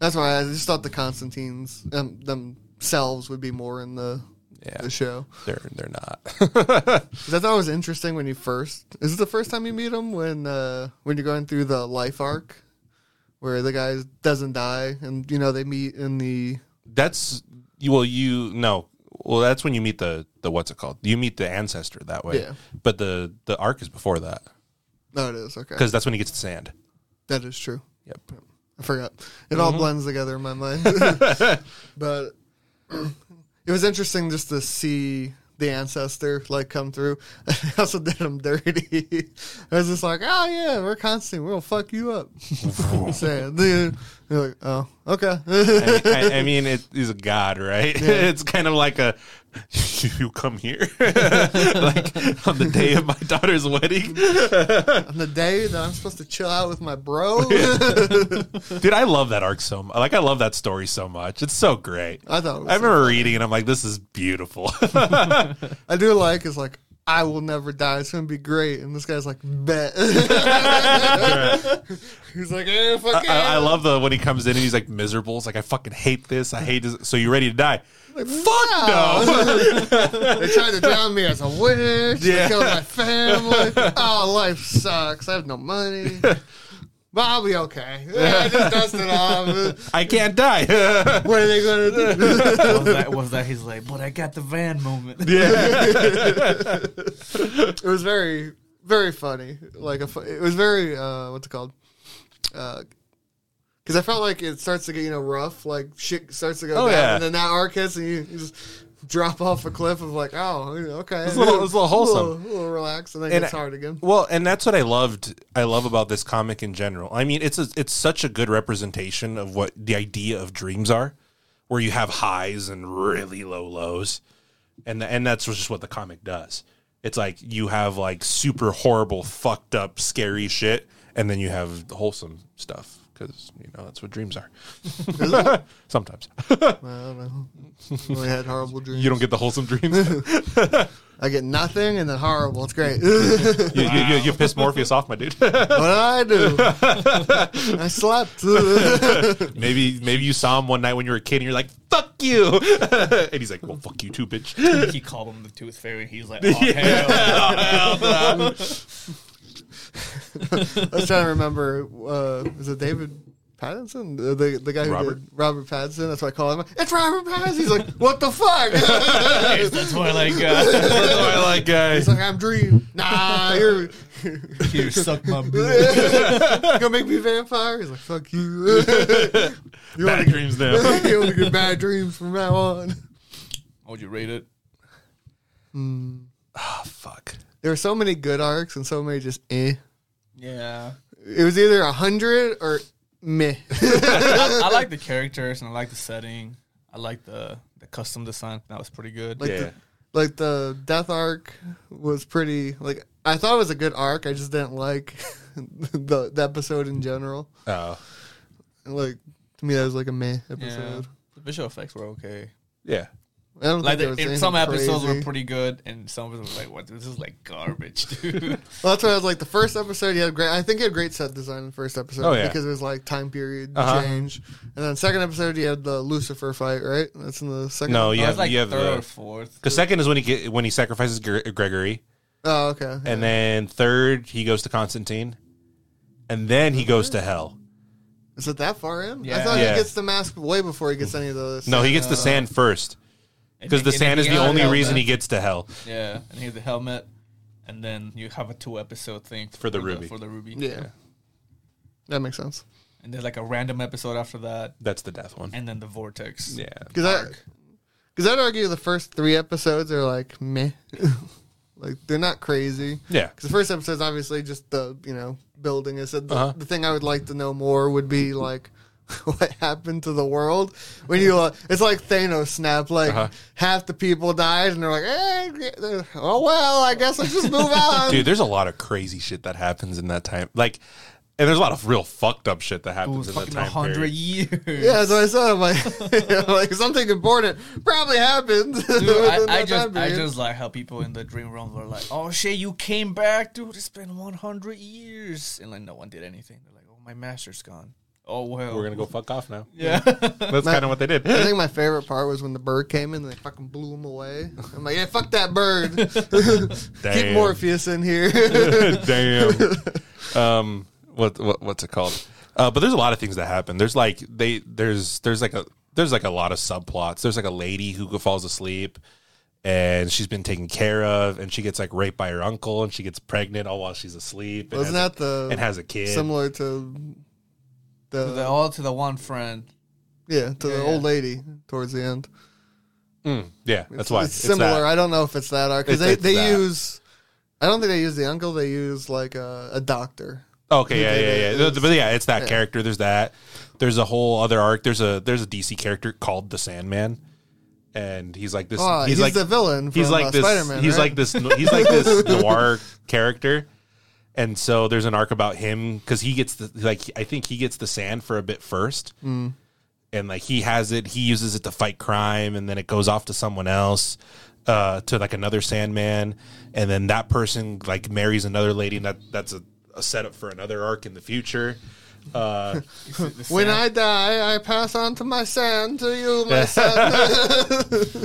S3: That's why I just thought the Constantines um, themselves would be more in the
S1: yeah,
S3: the show.
S1: they're they're not.
S3: 'Cause I thought it was interesting when you first. Is it the first time you meet him when uh, when you're going through the life arc, where the guy doesn't die, and you know they meet in the
S1: that's you. Well, you no. Well, that's when you meet the the what's it called? You meet the ancestor that way.
S3: Yeah.
S1: But the the arc is before that
S3: No, oh, it is okay.
S1: because that's when he gets the sand.
S3: That is true.
S1: Yep.
S3: I forgot. It all blends together in my mind. but it was interesting just to see the ancestor like come through. I also did him dirty. I was just like, oh yeah, we're constant. We'll fuck you up. Saying, dude, you're like, oh okay.
S1: I, I- I mean, it, he's a god, right? It's kind of like a you come here, like on the day of my daughter's wedding.
S3: On the day that I'm supposed to chill out with my bro,
S1: Dude, I love that arc so much. Like, I love that story so much. It's so great.
S3: I thought it was
S1: I remember reading and I'm like, this is beautiful.
S3: I do like is like. I will never die. It's gonna be great. And this guy's like, bet. He's like, eh, fuck
S1: I, I
S3: yeah.
S1: love the when he comes in and he's like miserable. It's like I fucking hate this. I hate this. So you ready to die? Fuck no.
S3: They tried to drown me as a witch.
S1: Yeah.
S3: They killed my family. Oh, life sucks. I have no money. But I'll be okay. Yeah, I just dust it off.
S1: I can't die.
S3: What are they gonna do?
S2: was that was that his like, but I got the van moment.
S3: It was very, very funny. Like a, fu- it was very uh, what's it called? Because I felt like it starts to get you know rough. Like shit starts to go
S1: Oh,
S3: down,
S1: yeah.
S3: and then that arc hits, and you, you just drop off a cliff of like, oh, okay.
S1: It's a little- it's a little wholesome.
S3: A little, a little relaxed, and then
S1: And
S3: it's
S1: I-
S3: hard again.
S1: Well, and that's what I loved. I love about this comic in general. I mean, it's a, it's such a good representation of what the idea of dreams are, where you have highs and really low lows, and the, and that's just what the comic does. It's like you have like super horrible, fucked up, scary shit, and then you have the wholesome stuff because you know that's what dreams are. Sometimes
S3: I don't know. I only had horrible dreams.
S1: you don't get the wholesome dreams. you,
S3: I get nothing and then horrible. It's great. what did
S1: you, you, you pissed Morpheus off, my dude.
S3: I do? I slept. I
S1: Maybe maybe you saw him one night when you were a kid and you're like, fuck you. and he's like, well, fuck you too, bitch.
S2: he called him the Tooth Fairy, and he's like, oh, hell.
S3: was trying to remember. Uh, is it David Pattinson? The, the, the guy who
S1: Robert?
S3: did Robert Pattinson. That's why I call him. It's Robert Pattinson. He's like, what the fuck?
S2: There's the Twilight guy.
S1: I like guys.
S3: He's like, I'm dream. Nah, you're
S2: Here, suck my boot.
S3: you're gonna make me vampire. He's like, fuck you. you
S1: Bad
S3: want to
S1: dreams now.
S3: you only get bad dreams from now on.
S2: How would you rate it?
S1: oh, fuck.
S3: There were so many good arcs and so many just eh.
S2: Yeah.
S3: It was either a hundred or meh.
S2: I, I like the characters and I like the setting. I like the, the custom design. That was pretty good.
S3: Like
S1: Yeah.
S3: the like the death arc was pretty like I thought it was a good arc. I just didn't like the the episode in general.
S1: Oh.
S3: Like to me that was like a meh
S2: yeah.
S3: episode.
S2: The visual effects were okay.
S1: Yeah.
S3: I don't
S2: Like
S3: think there was
S2: the, in
S3: anything
S2: some episodes were
S3: crazy.
S2: pretty good, and some of them were like, "What? This is like garbage, dude."
S3: Well, that's what I was like. The first episode, you had great. I think you had great set design in the first episode
S1: Oh, yeah.
S3: because it was like time period
S1: Uh-huh.
S3: change. And then second episode, you had the Lucifer fight, right? That's in the second.
S1: No, you
S2: I
S1: have,
S2: was like
S1: you have
S2: third or
S1: the.
S2: fourth.
S1: Because second is when he get, when he sacrifices Gre- Gregory,
S3: Oh, okay.
S1: and then third he goes to Constantine, and then he goes to hell.
S3: Is it that far in? I
S2: Yeah.
S3: thought
S1: Yeah.
S3: he gets the mask way before he gets any of uh, those.
S1: No, he gets the sand first
S2: Uh, And
S1: because
S2: then-
S1: the
S2: and
S1: sand
S2: then
S1: is
S2: he
S1: the
S2: got
S1: only
S2: helmet.
S1: reason he gets to hell.
S2: Yeah, and he has the helmet, and then you have a two episode thing
S1: For the ruby.
S2: for the ruby.
S3: Yeah. That makes sense.
S2: and there's like a random episode after that,
S1: That's the death one.
S2: and then the vortex.
S1: Yeah.
S3: Because I, because I'd argue the first three episodes are like meh, like they're not crazy.
S1: Yeah.
S3: Because the first episode's obviously just the you know building. I said the,
S1: Uh-huh.
S3: the thing I would like to know more would be like what happened to the world when you uh, it's like Thanos snap like
S1: Uh-huh.
S3: half the people died and they're like eh, oh well I guess let's just move on
S1: Dude, there's a lot of crazy shit that happens in that time. Like, and there's a lot of real fucked up shit that
S2: Ooh,
S1: happens in that
S2: fucking
S1: time
S2: hundred
S1: period.
S2: years.
S3: yeah so I said I'm like, like something important probably happened
S2: Dude,
S3: within
S2: I, I
S3: that
S2: just
S3: time
S2: I
S3: period.
S2: just like how people in the dream realm were like, "Oh shit, you came back, dude! It's been 100 years," and like no one did anything. They're like, "Oh, my master's gone." Oh well,
S1: We're gonna go fuck off now.
S2: yeah.
S1: That's kind of what they did.
S3: I think my favorite part was when the bird came in and they fucking blew him away. I'm like, yeah, fuck that bird. Keep
S1: Damn.
S3: Morpheus in here.
S1: Damn. Um, what, what what's it called? Uh, but there's a lot of things that happen. There's like they there's there's like a there's like a lot of subplots. There's like a lady who falls asleep and she's been taken care of and she gets like raped by her uncle and she gets pregnant all while she's asleep. and
S3: Wasn't
S1: has
S3: that the
S1: a, and has a kid.
S3: similar to the,
S2: To the, all to the one friend.
S3: yeah to
S2: yeah,
S3: the
S2: yeah.
S3: old lady towards the end?
S1: Mm, yeah, that's
S3: It's-
S1: why
S3: it's, similar.
S1: that.
S3: I don't know if it's that arc because
S1: It's-
S3: they
S1: it's
S3: they
S1: that.
S3: use. I don't think they use the uncle. They use like a, a doctor.
S1: Okay, yeah,
S3: did
S1: yeah,
S3: it
S1: yeah.
S3: is-
S1: But yeah, it's that
S3: yeah.
S1: character. There's that. There's a whole other arc. There's a there's a DC character called the Sandman, and he's like this.
S3: Oh,
S1: he's,
S3: he's,
S1: like
S3: the villain. From,
S1: he's like
S3: uh,
S1: this.
S3: Spider-Man,
S1: he's
S3: right?
S1: like this. He's like this noir character. And so there's an arc about him because he gets the like I think he gets the sand for a bit first,
S3: Mm.
S1: and like he has it. He uses it to fight crime, and then it goes off to someone else. Uh, to like another Sandman, and then that person like marries another lady, and that that's a, a setup for another arc in the future. Uh,
S3: When I die, I pass on to my son, to you, my son.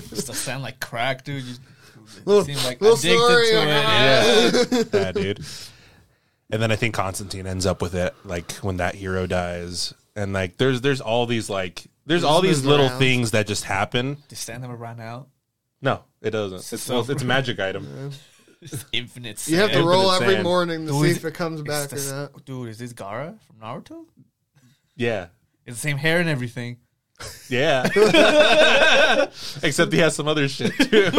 S2: just the sound like crack, dude. You,
S3: Little-
S2: seem like
S3: little
S2: addicted
S3: story,
S2: to it.
S3: like,
S2: Yeah.
S1: yeah, dude. And then I think Constantine ends up with it, like when that hero dies, and like there's there's all these like there's all these
S3: moves
S1: little
S3: around.
S1: things that just happen.
S2: The sand never ran out.
S1: No, it doesn't. It's
S2: So-
S1: it's a magic item.
S2: It's infinite.
S3: you have to
S1: Infinite
S3: roll every
S1: sand.
S3: morning to see if it comes back or not.
S2: Dude, is this Gara from Naruto?
S1: Yeah,
S2: It's the same hair and everything.
S1: yeah. Except he has some other shit too.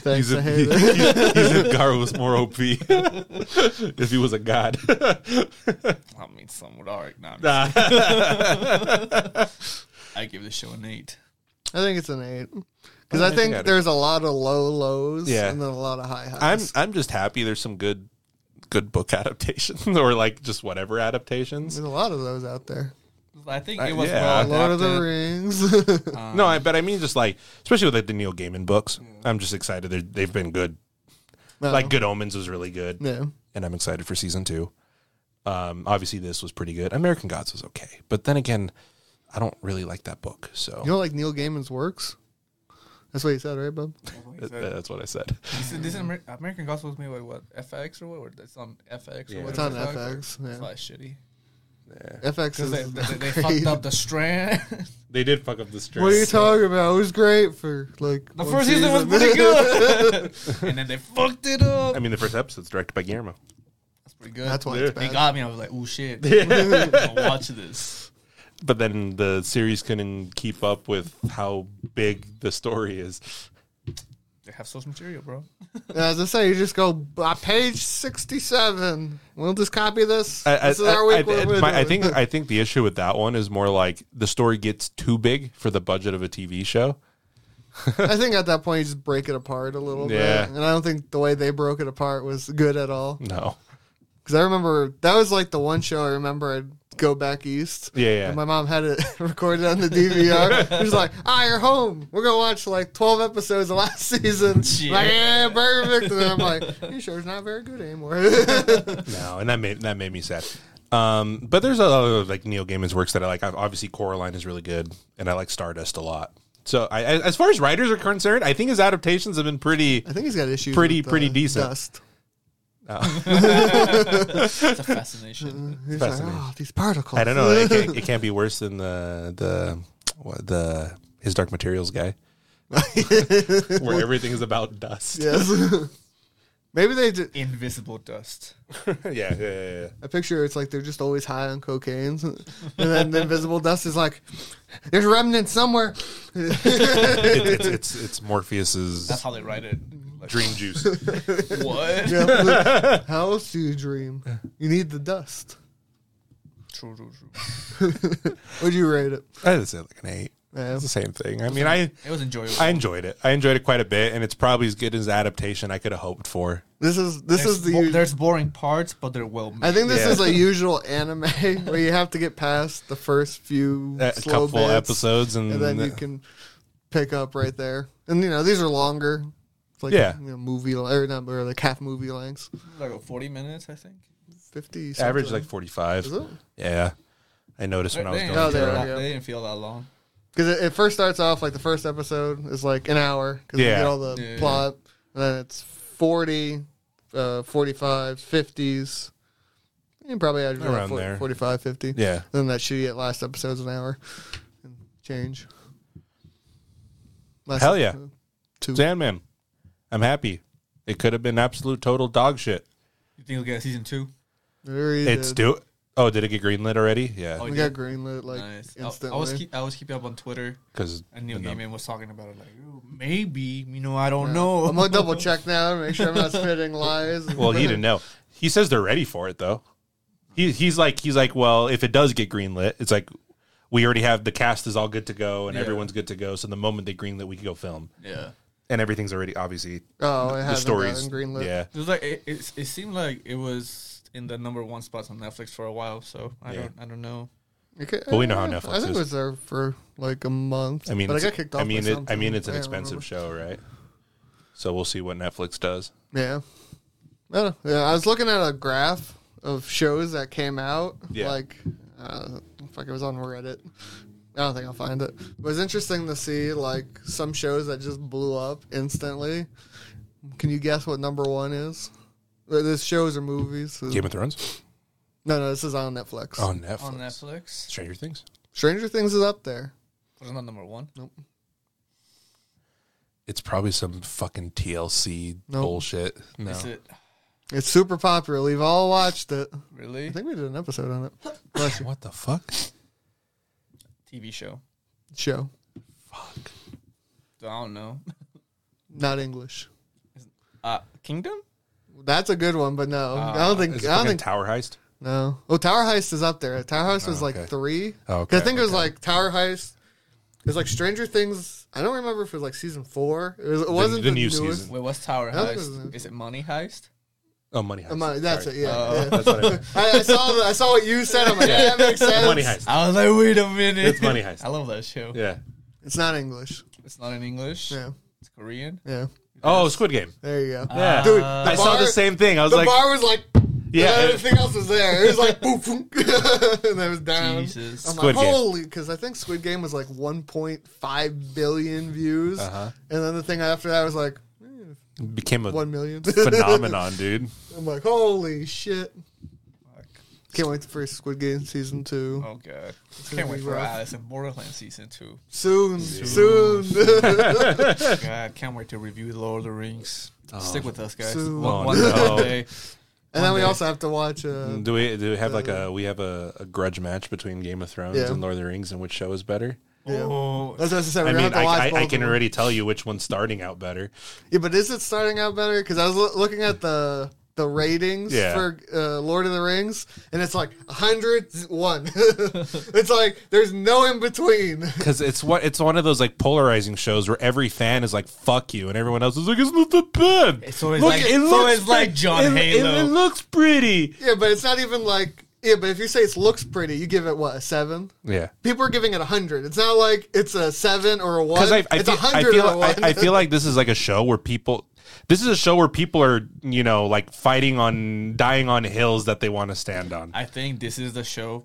S3: Thanks,
S1: he's,
S3: I
S1: a,
S3: hate
S1: he,
S3: it.
S1: he's a Gar was more OP if he was a god.
S2: I mean, some would argue. Nah, I'm just-
S1: Nah.
S2: I give the show an eight.
S3: I think it's an eight because
S1: I
S3: I
S1: think
S3: think
S1: I'd-
S3: there's a lot of low lows
S1: Yeah.
S3: and then a lot of high
S1: I'm
S3: highs.
S1: I'm just happy there's some good good book adaptations or like just whatever adaptations.
S3: there's a lot of those out there.
S2: I think
S1: Uh,
S2: it was
S1: yeah.
S2: well
S3: Lord of the
S2: adapted. Um,
S3: Rings.
S1: no, I but I mean just like especially with like, the Neil Gaiman books. I'm just excited they they've been good.
S3: No.
S1: Like Good Omens was really good,
S3: yeah.
S1: and I'm excited for season two. Um, obviously this was pretty good. American Gods was okay, but then again, I don't really like that book. So
S3: You don't like Neil Gaiman's works? That's what you said, right, Bub?
S1: th- th- that's what I said.
S2: This, is- this is Amer- American Gospel was made by what FX or what? Or it's on FX.
S1: Yeah.
S2: Or
S3: It's
S2: whatever
S3: on
S2: the fuck.
S3: FX.
S2: It's
S3: Yeah.
S2: like shitty
S3: FX
S2: because
S3: is
S2: they, they, they
S3: great.
S2: fucked up the strand.
S1: They did fuck up the strip.
S3: What are you talking about? It was great for like
S2: the
S3: one
S2: first season was pretty good, and then they fucked it up.
S1: I mean, the first episode's directed by Guillermo.
S2: That's pretty good.
S3: That's why
S1: Yeah.
S3: it's
S2: They
S3: bad.
S2: got me. I was like, "Ooh, shit! Don't watch this."
S1: But then the series couldn't keep up with how big the story is.
S2: They have source material, bro.
S3: As I say, you just go by page sixty-seven. We'll just copy this.
S1: I, I,
S3: this is our week.
S1: I,
S3: we're
S1: I-
S3: with
S1: my- I
S3: it.
S1: think I think the issue with that one is more like the story gets too big for the budget of a TV show.
S3: I think at that point you just break it apart a little
S1: Yeah.
S3: bit, and I don't think the way they broke it apart was good at all.
S1: No,
S3: Because I remember that was like the one show I remember I'd go back east.
S1: Yeah, yeah.
S3: And my mom had it recorded on the DVR. She was like, "Ah, you're home. We're gonna watch like 12 episodes of last season."
S2: Shit.
S3: Like, yeah, perfect. And then I'm like, "You sure it's not very good anymore." yeah,
S1: no, and that made that made me sad. Um, but there's other like Neil Gaiman's works that I like. I've- Obviously, Coraline is really good, and I like Stardust a lot. So, I, I- as far as writers are concerned, I think his adaptations have been pretty.
S3: I think he's got issues.
S1: Pretty-
S3: with, uh,
S1: pretty decent.
S3: Dust.
S2: It's a fascination.
S3: He's like,
S1: Fascinating.
S3: oh, these particles.
S1: I don't know. It can't, it can't be worse than the the what, the his Dark Materials guy, where everything is about dust.
S3: yes. Maybe they. Did,
S2: Invisible dust.
S1: yeah, yeah, yeah. yeah.
S3: I picture it's like they're just always high on cocaine, and then the invisible dust is like, "There's remnants somewhere."
S1: It- it's, it's it's Morpheus's
S2: That's how they write it. Like,
S1: dream juice.
S2: What?
S3: Yeah, but how else do you dream? You need the dust.
S2: True, true, true.
S3: Would you rate it?
S1: I just said like an eight.
S3: Yeah.
S1: It's the same thing. I mean, I
S2: It was enjoyable.
S1: I enjoyed it. I enjoyed it quite a bit, and it's probably as good as the adaptation I could have hoped for.
S3: This is this
S2: there's,
S3: is the.
S2: bo-
S3: u-
S2: there's boring parts, but they're well made.
S3: I think this
S1: Yeah.
S3: is a usual anime where you have to get past the first few
S1: A
S3: slow
S1: couple
S3: bits,
S1: episodes, and,
S3: and then you can pick up right there. And you know these are longer. It's like
S1: Yeah.
S3: you know, movie or not, or like half movie lengths.
S2: like 40 minutes, I think.
S3: Fifty
S1: average like
S3: something.
S1: forty five.
S3: Is it? Oh,
S1: Yeah, I noticed when I was
S2: they,
S1: going.
S2: didn't
S3: No,
S1: through
S2: feel
S3: there
S1: it.
S2: that,
S3: we go.
S2: they didn't feel that long.
S3: Because it, it first starts off like the first episode is like an hour because you
S1: Yeah.
S3: get all the
S2: Yeah.
S3: plot, and then it's 40, uh, 45, 50s. You can probably average around
S1: Around
S3: for,
S1: there.
S3: 45, 50.
S1: Yeah,
S3: Then that shitty at last episode's an hour and change. Last
S1: Hell yeah.
S3: episode, Two.
S1: Sandman. I'm happy. It could have been absolute total dog shit.
S2: You think we'll get a season two?
S3: Very
S1: It's
S3: good.
S1: do. Oh, did it get greenlit already? Yeah,
S2: Oh,
S3: We got greenlit like
S2: nice. I- I,
S3: instantly.
S2: was keep, I was keeping up on Twitter,
S1: because
S2: and Neil Gaiman was talking about it like, "Ooh, maybe, you know, I don't
S3: Yeah.
S2: know.
S3: I'm gonna double check now to make sure I'm not spitting lies.
S1: well, he didn't know. He says they're ready for it though. He, he's like he's like well, if it does get greenlit, it's like we already have the cast is all good to go and
S2: Yeah.
S1: everyone's good to go. So the moment they greenlit, we can go film,
S2: yeah.
S1: and everything's already obviously
S3: Oh, it
S1: the
S3: has
S1: stories.
S3: greenlit.
S1: Yeah,
S2: It was like it, it, it seemed like it was in the number one spots on Netflix for a while, so I
S1: Yeah.
S2: don't I don't know.
S3: Okay,
S1: But we know how
S3: uh,
S1: Netflix
S3: I
S1: is.
S3: think it was there for like a month.
S1: I mean,
S3: but I
S1: it's-
S3: got kicked off.
S1: I mean,
S3: by
S1: it, I mean,
S3: something.
S1: it's an
S3: I don't
S1: expensive show, right? So we'll see what Netflix does.
S3: remember. Yeah. I don't know. Yeah, I was looking at a graph of shows that came out.
S1: Yeah.
S3: Like, uh, fuck, it was on Reddit. I don't think I'll find it. It was interesting to see like some shows that just blew up instantly. Can you guess what number one is? Uh, This shows or movies?
S1: Game of Thrones
S3: No, no, this is on Netflix.
S1: on Netflix.
S2: On Netflix,
S1: Stranger Things.
S3: Stranger Things is up there.
S2: was not number one.
S1: It's probably some fucking TLC
S3: Nope.
S1: bullshit. No,
S2: Is it
S3: It's super popular. We've all watched it.
S2: really
S3: I think we did an episode on it. Bless you.
S1: what the fuck?
S2: TV show?
S3: Show.
S1: Fuck.
S2: I don't know.
S3: Not English.
S2: Uh, Kingdom?
S3: That's a good one, but no, I don't think.
S1: Uh, Is it
S3: I don't
S1: fucking
S3: think.
S1: Tower Heist?
S3: no. Oh, Tower Heist is up there. Tower Heist was
S1: Oh,
S3: like
S1: okay.
S3: three.
S1: Oh,
S3: 'Cause I think it was like Tower Heist. It was like Stranger Things. I don't remember if it was like season four. It, was, it wasn't the,
S1: the new
S3: newest.
S1: season.
S2: Wait, what's Tower
S3: I don't think it
S2: Heist?
S3: was-
S2: Is it Money Heist?
S1: oh money heist.
S3: Am I- that's
S1: Sorry.
S3: it. Yeah.
S2: Oh.
S3: yeah.
S1: That's what I meant.
S3: I, I saw. The, I saw what you said. I'm like, yeah, that makes sense.
S1: money heist.
S2: I was like, wait a minute.
S1: It's Money Heist.
S2: I love that show.
S1: Yeah.
S3: It's not English.
S2: It's not in English.
S3: Yeah.
S2: It's Korean. Uh,
S3: Yeah.
S1: Oh, Squid Game.
S3: There you go.
S1: Yeah,
S3: Dude,
S1: I saw
S3: bar-
S1: the same thing. I was
S3: the
S1: like,
S3: bar was like.
S1: Yeah.
S3: Yeah. Everything else was there. It was like boom, boom, and it was down.
S2: Jesus.
S3: I'm
S1: Squid
S3: like,
S1: Game.
S3: holy, because I think Squid Game was like 1.5 billion views,
S1: Uh-huh.
S3: and then the thing after that was like
S1: became a
S3: one million.
S1: phenomenon, dude.
S3: I'm like, holy shit! Can't wait for Squid Game season two.
S2: Oh god.
S3: gonna
S2: Can't wait
S3: be
S2: for
S3: rough.
S2: Alice in Borderlands season two.
S3: Soon, soon, soon.
S1: Mm,
S2: God, can't wait to review Lord of the Rings. Stick with us, guys.
S3: Soon.
S2: One,
S1: Oh,
S2: one
S1: no.
S2: day.
S3: and then we
S2: Monday.
S3: also have to watch. Uh,
S1: Do we do we have like a we have a, a grudge match between Game of Thrones
S3: Yeah.
S1: and Lord of the Rings and which show is better?
S3: Yeah.
S2: Oh,
S3: that's what I said. We're
S1: I
S3: gonna
S1: mean,
S3: have to
S1: I,
S3: watch
S1: I,
S3: both
S1: I
S3: of
S1: can
S3: them.
S1: already tell you which one's starting out better.
S3: Yeah, but is it starting out better? Because I was loo- looking at the the ratings
S1: Yeah.
S3: for uh, Lord of the Rings, and it's like 101. it's like there's no in between.
S1: Because it's what it's one of those like polarizing shows where every fan is like "fuck you" and everyone else is like "it's not that bad."
S2: It's always like- it's always
S1: pre-
S2: like John
S1: it,
S2: Halo.
S1: It, it looks pretty.
S3: Yeah, but it's not even like yeah. But if you say it looks pretty, you give it what a seven.
S1: Yeah.
S3: People are giving it a hundred. It's not like it's a seven or a one.
S1: because I, I,
S3: it's
S1: feel,
S3: a
S1: I
S3: hundred
S1: feel
S3: or a
S1: I,
S3: one.
S1: I feel like this is like a show where people this is a show where people are you know like fighting on dying on hills that they want to stand on
S2: I think this is the show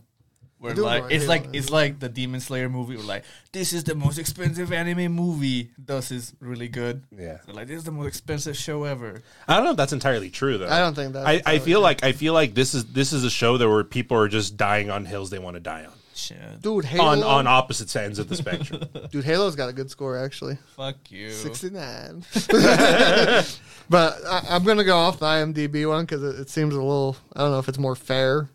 S2: where
S3: do
S2: like
S3: right
S2: it's
S3: here,
S2: like
S3: man.
S2: it's like the Demon Slayer movie. Where like this is the most expensive anime movie. This is really good.
S1: Yeah.
S2: So, like this is the most expensive show ever.
S1: i don't know if that's entirely true though
S3: I don't think that.
S1: i, I feel like i feel like this is this is a show that where people are just dying on hills they want to die on
S2: Shit.
S3: dude Halo.
S1: on on opposite ends of the spectrum
S3: Dude, Halo's got a good score actually,
S2: Fuck you.
S3: sixty nine. but I, I'm gonna go off the IMDb one because it, it seems a little. I don't know if it's more fair,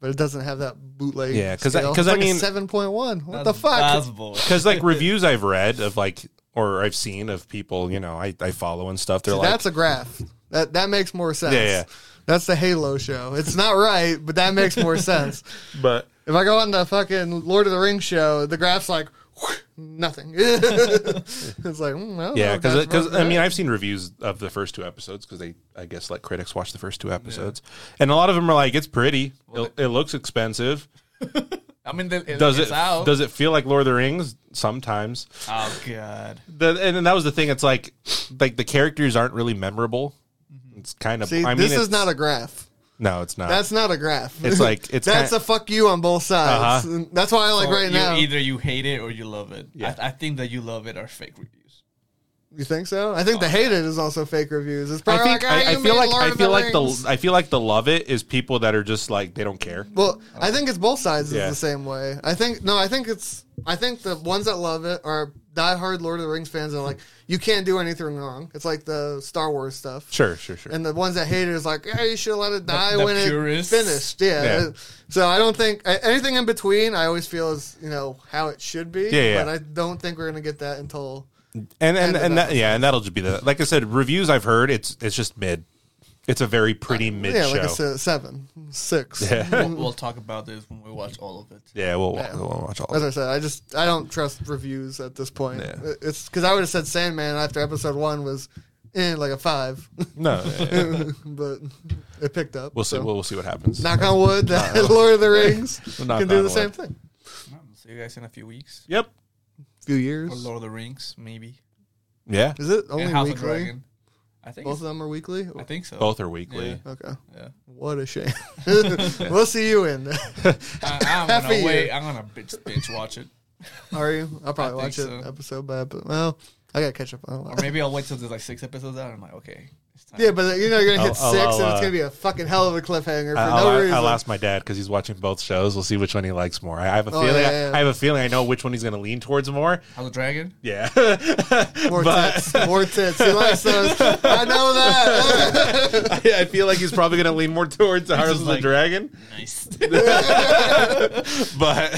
S3: but it doesn't have that bootleg.
S1: Yeah, 'cause I-
S3: scale.
S1: 'cause
S3: It's
S1: I
S3: like
S1: mean-
S3: seven point one. What
S2: That's-
S3: the fuck?
S2: That's bullshit.
S1: because like reviews i've read of like or i've seen of people you know i, I follow and stuff they're like
S3: That's a graph. That that makes more sense.
S1: Yeah, yeah.
S3: That's the Halo show. It's not right, but that makes more sense.
S1: But
S3: If I go on the fucking Lord of the Rings show, the graph's like nothing. it's like mm, I don't
S1: yeah,
S3: know,
S1: because
S3: that's
S1: I mean I've seen reviews of the first two episodes because they I guess let critics watch the first two episodes, and a lot of them are like it's pretty, it, it looks expensive.
S2: I mean, the, it,
S1: Does
S2: it's
S1: it
S2: out.
S1: does it feel like Lord of the Rings? Sometimes.
S2: oh god.
S1: The, and then that was the thing. It's like like the characters aren't really memorable. It's kind of.
S3: See,
S1: I mean,
S3: this
S1: it's-
S3: is not a graph.
S1: No, it's not.
S3: That's not a graph.
S1: It's like- it's
S3: that's
S1: kinda-
S3: a fuck you on both sides.
S1: Uh-huh.
S3: And That's why I like
S2: Or
S3: right
S2: you,
S3: now.
S2: either you hate it or you love it.
S1: Yeah.
S2: I, I think that you love it are fake reviews.
S3: You think so? I think the hate it is also fake reviews. It's
S1: Oh, I
S3: probably
S1: think
S3: like, "Ah,
S1: I, I
S3: you
S1: feel
S3: made
S1: like
S3: Lord
S1: I
S3: of
S1: feel like
S3: Rings."
S1: the I feel like the love it is people that are just like they don't care.
S3: Well, I think it's both sides
S1: Uh, Yeah.
S3: is the same way. I think no, I think it's I think the ones that love it are diehard Lord of the Rings fans and like you can't do anything wrong. It's like the Star Wars stuff.
S1: Sure, sure, sure.
S3: And the ones that hate it is like, yeah, you should let it die
S2: the
S3: when it's
S2: purists.
S3: finished. Yeah.
S1: Yeah.
S3: So I don't think I- anything in between. I always feel is you know how it should be.
S1: Yeah, yeah.
S3: But I don't think we're gonna get that until
S1: and and,
S3: of
S1: and that,
S3: episode.
S1: yeah, and that'll just be the like I said. Reviews I've heard it's it's just mid. It's a very pretty mid
S3: yeah,
S1: show.
S3: like I said, seven, six.
S1: yeah,
S2: We'll, we'll talk about this when we watch all of it.
S1: yeah, we'll, we'll watch all.
S3: As
S1: Of it.
S3: I said, I just I don't trust reviews at this point.
S1: Yeah.
S3: It- It's because I would have said Sandman after episode one was eh, like a five,
S1: No, yeah, yeah.
S3: but it picked up.
S1: we'll see.
S3: so.
S1: We'll, we'll see what happens.
S3: Knock on wood that Lord of the Rings
S1: Knock
S3: can do
S1: on
S3: the same
S1: wood.
S3: thing.
S2: We'll see you guys in a few weeks.
S1: Yep.
S3: Few
S2: Or
S3: years.
S2: Oh, Lord of the Rings, maybe.
S1: Yeah.
S3: Is it
S2: And
S3: only
S2: House of
S3: weekly?
S2: Dragon. I think.
S3: Both of
S2: it's-
S3: them are weekly.
S2: I think so.
S1: Both are weekly.
S2: Yeah.
S3: Okay.
S2: Yeah.
S3: What a shame. we'll see you in.
S2: I,
S3: Half
S2: I'm
S3: a
S2: gonna
S3: year.
S2: wait. I'm gonna bitch bitch watch it,
S3: Are you? I'll probably
S2: I
S3: watch
S2: think
S3: it
S2: so.
S3: episode by episode. Well, I gotta catch up on a
S2: or
S3: lot.
S2: maybe I'll wait till there's like six episodes out. And I'm like, okay, it's time.
S3: Yeah, but uh, you know you're gonna hit 6
S1: I'll- I'll,
S3: and
S1: uh,
S3: it's gonna be a fucking hell of a cliffhanger for
S1: I-
S3: no
S1: I'll,
S3: reason.
S1: I'll ask my dad because he's watching both shows. We'll see which one he likes more. I I have a
S3: Oh,
S1: feeling.
S3: yeah, yeah.
S1: I have a feeling I know which one he's going to lean towards more.
S2: House of Dragon.
S1: Yeah,
S3: More
S1: But-
S3: tits. More tits. He likes those. I know that.
S1: I, I feel like he's probably going to lean more towards the House of the
S2: like-
S1: Dragon.
S2: Nice.
S1: But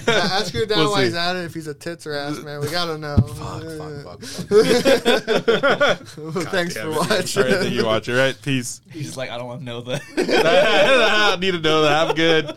S3: Ask your dad
S1: We'll
S3: why
S1: see.
S3: he's at it if he's a tits or ass man. We gotta know.
S1: fuck, fuck, fuck.
S3: Well, Thanks for
S1: Damn it.
S3: watching.
S1: All right, thank you, watcher. All right, peace.
S2: He's like, I don't want to know that.
S1: I don't need to know that. I'm good.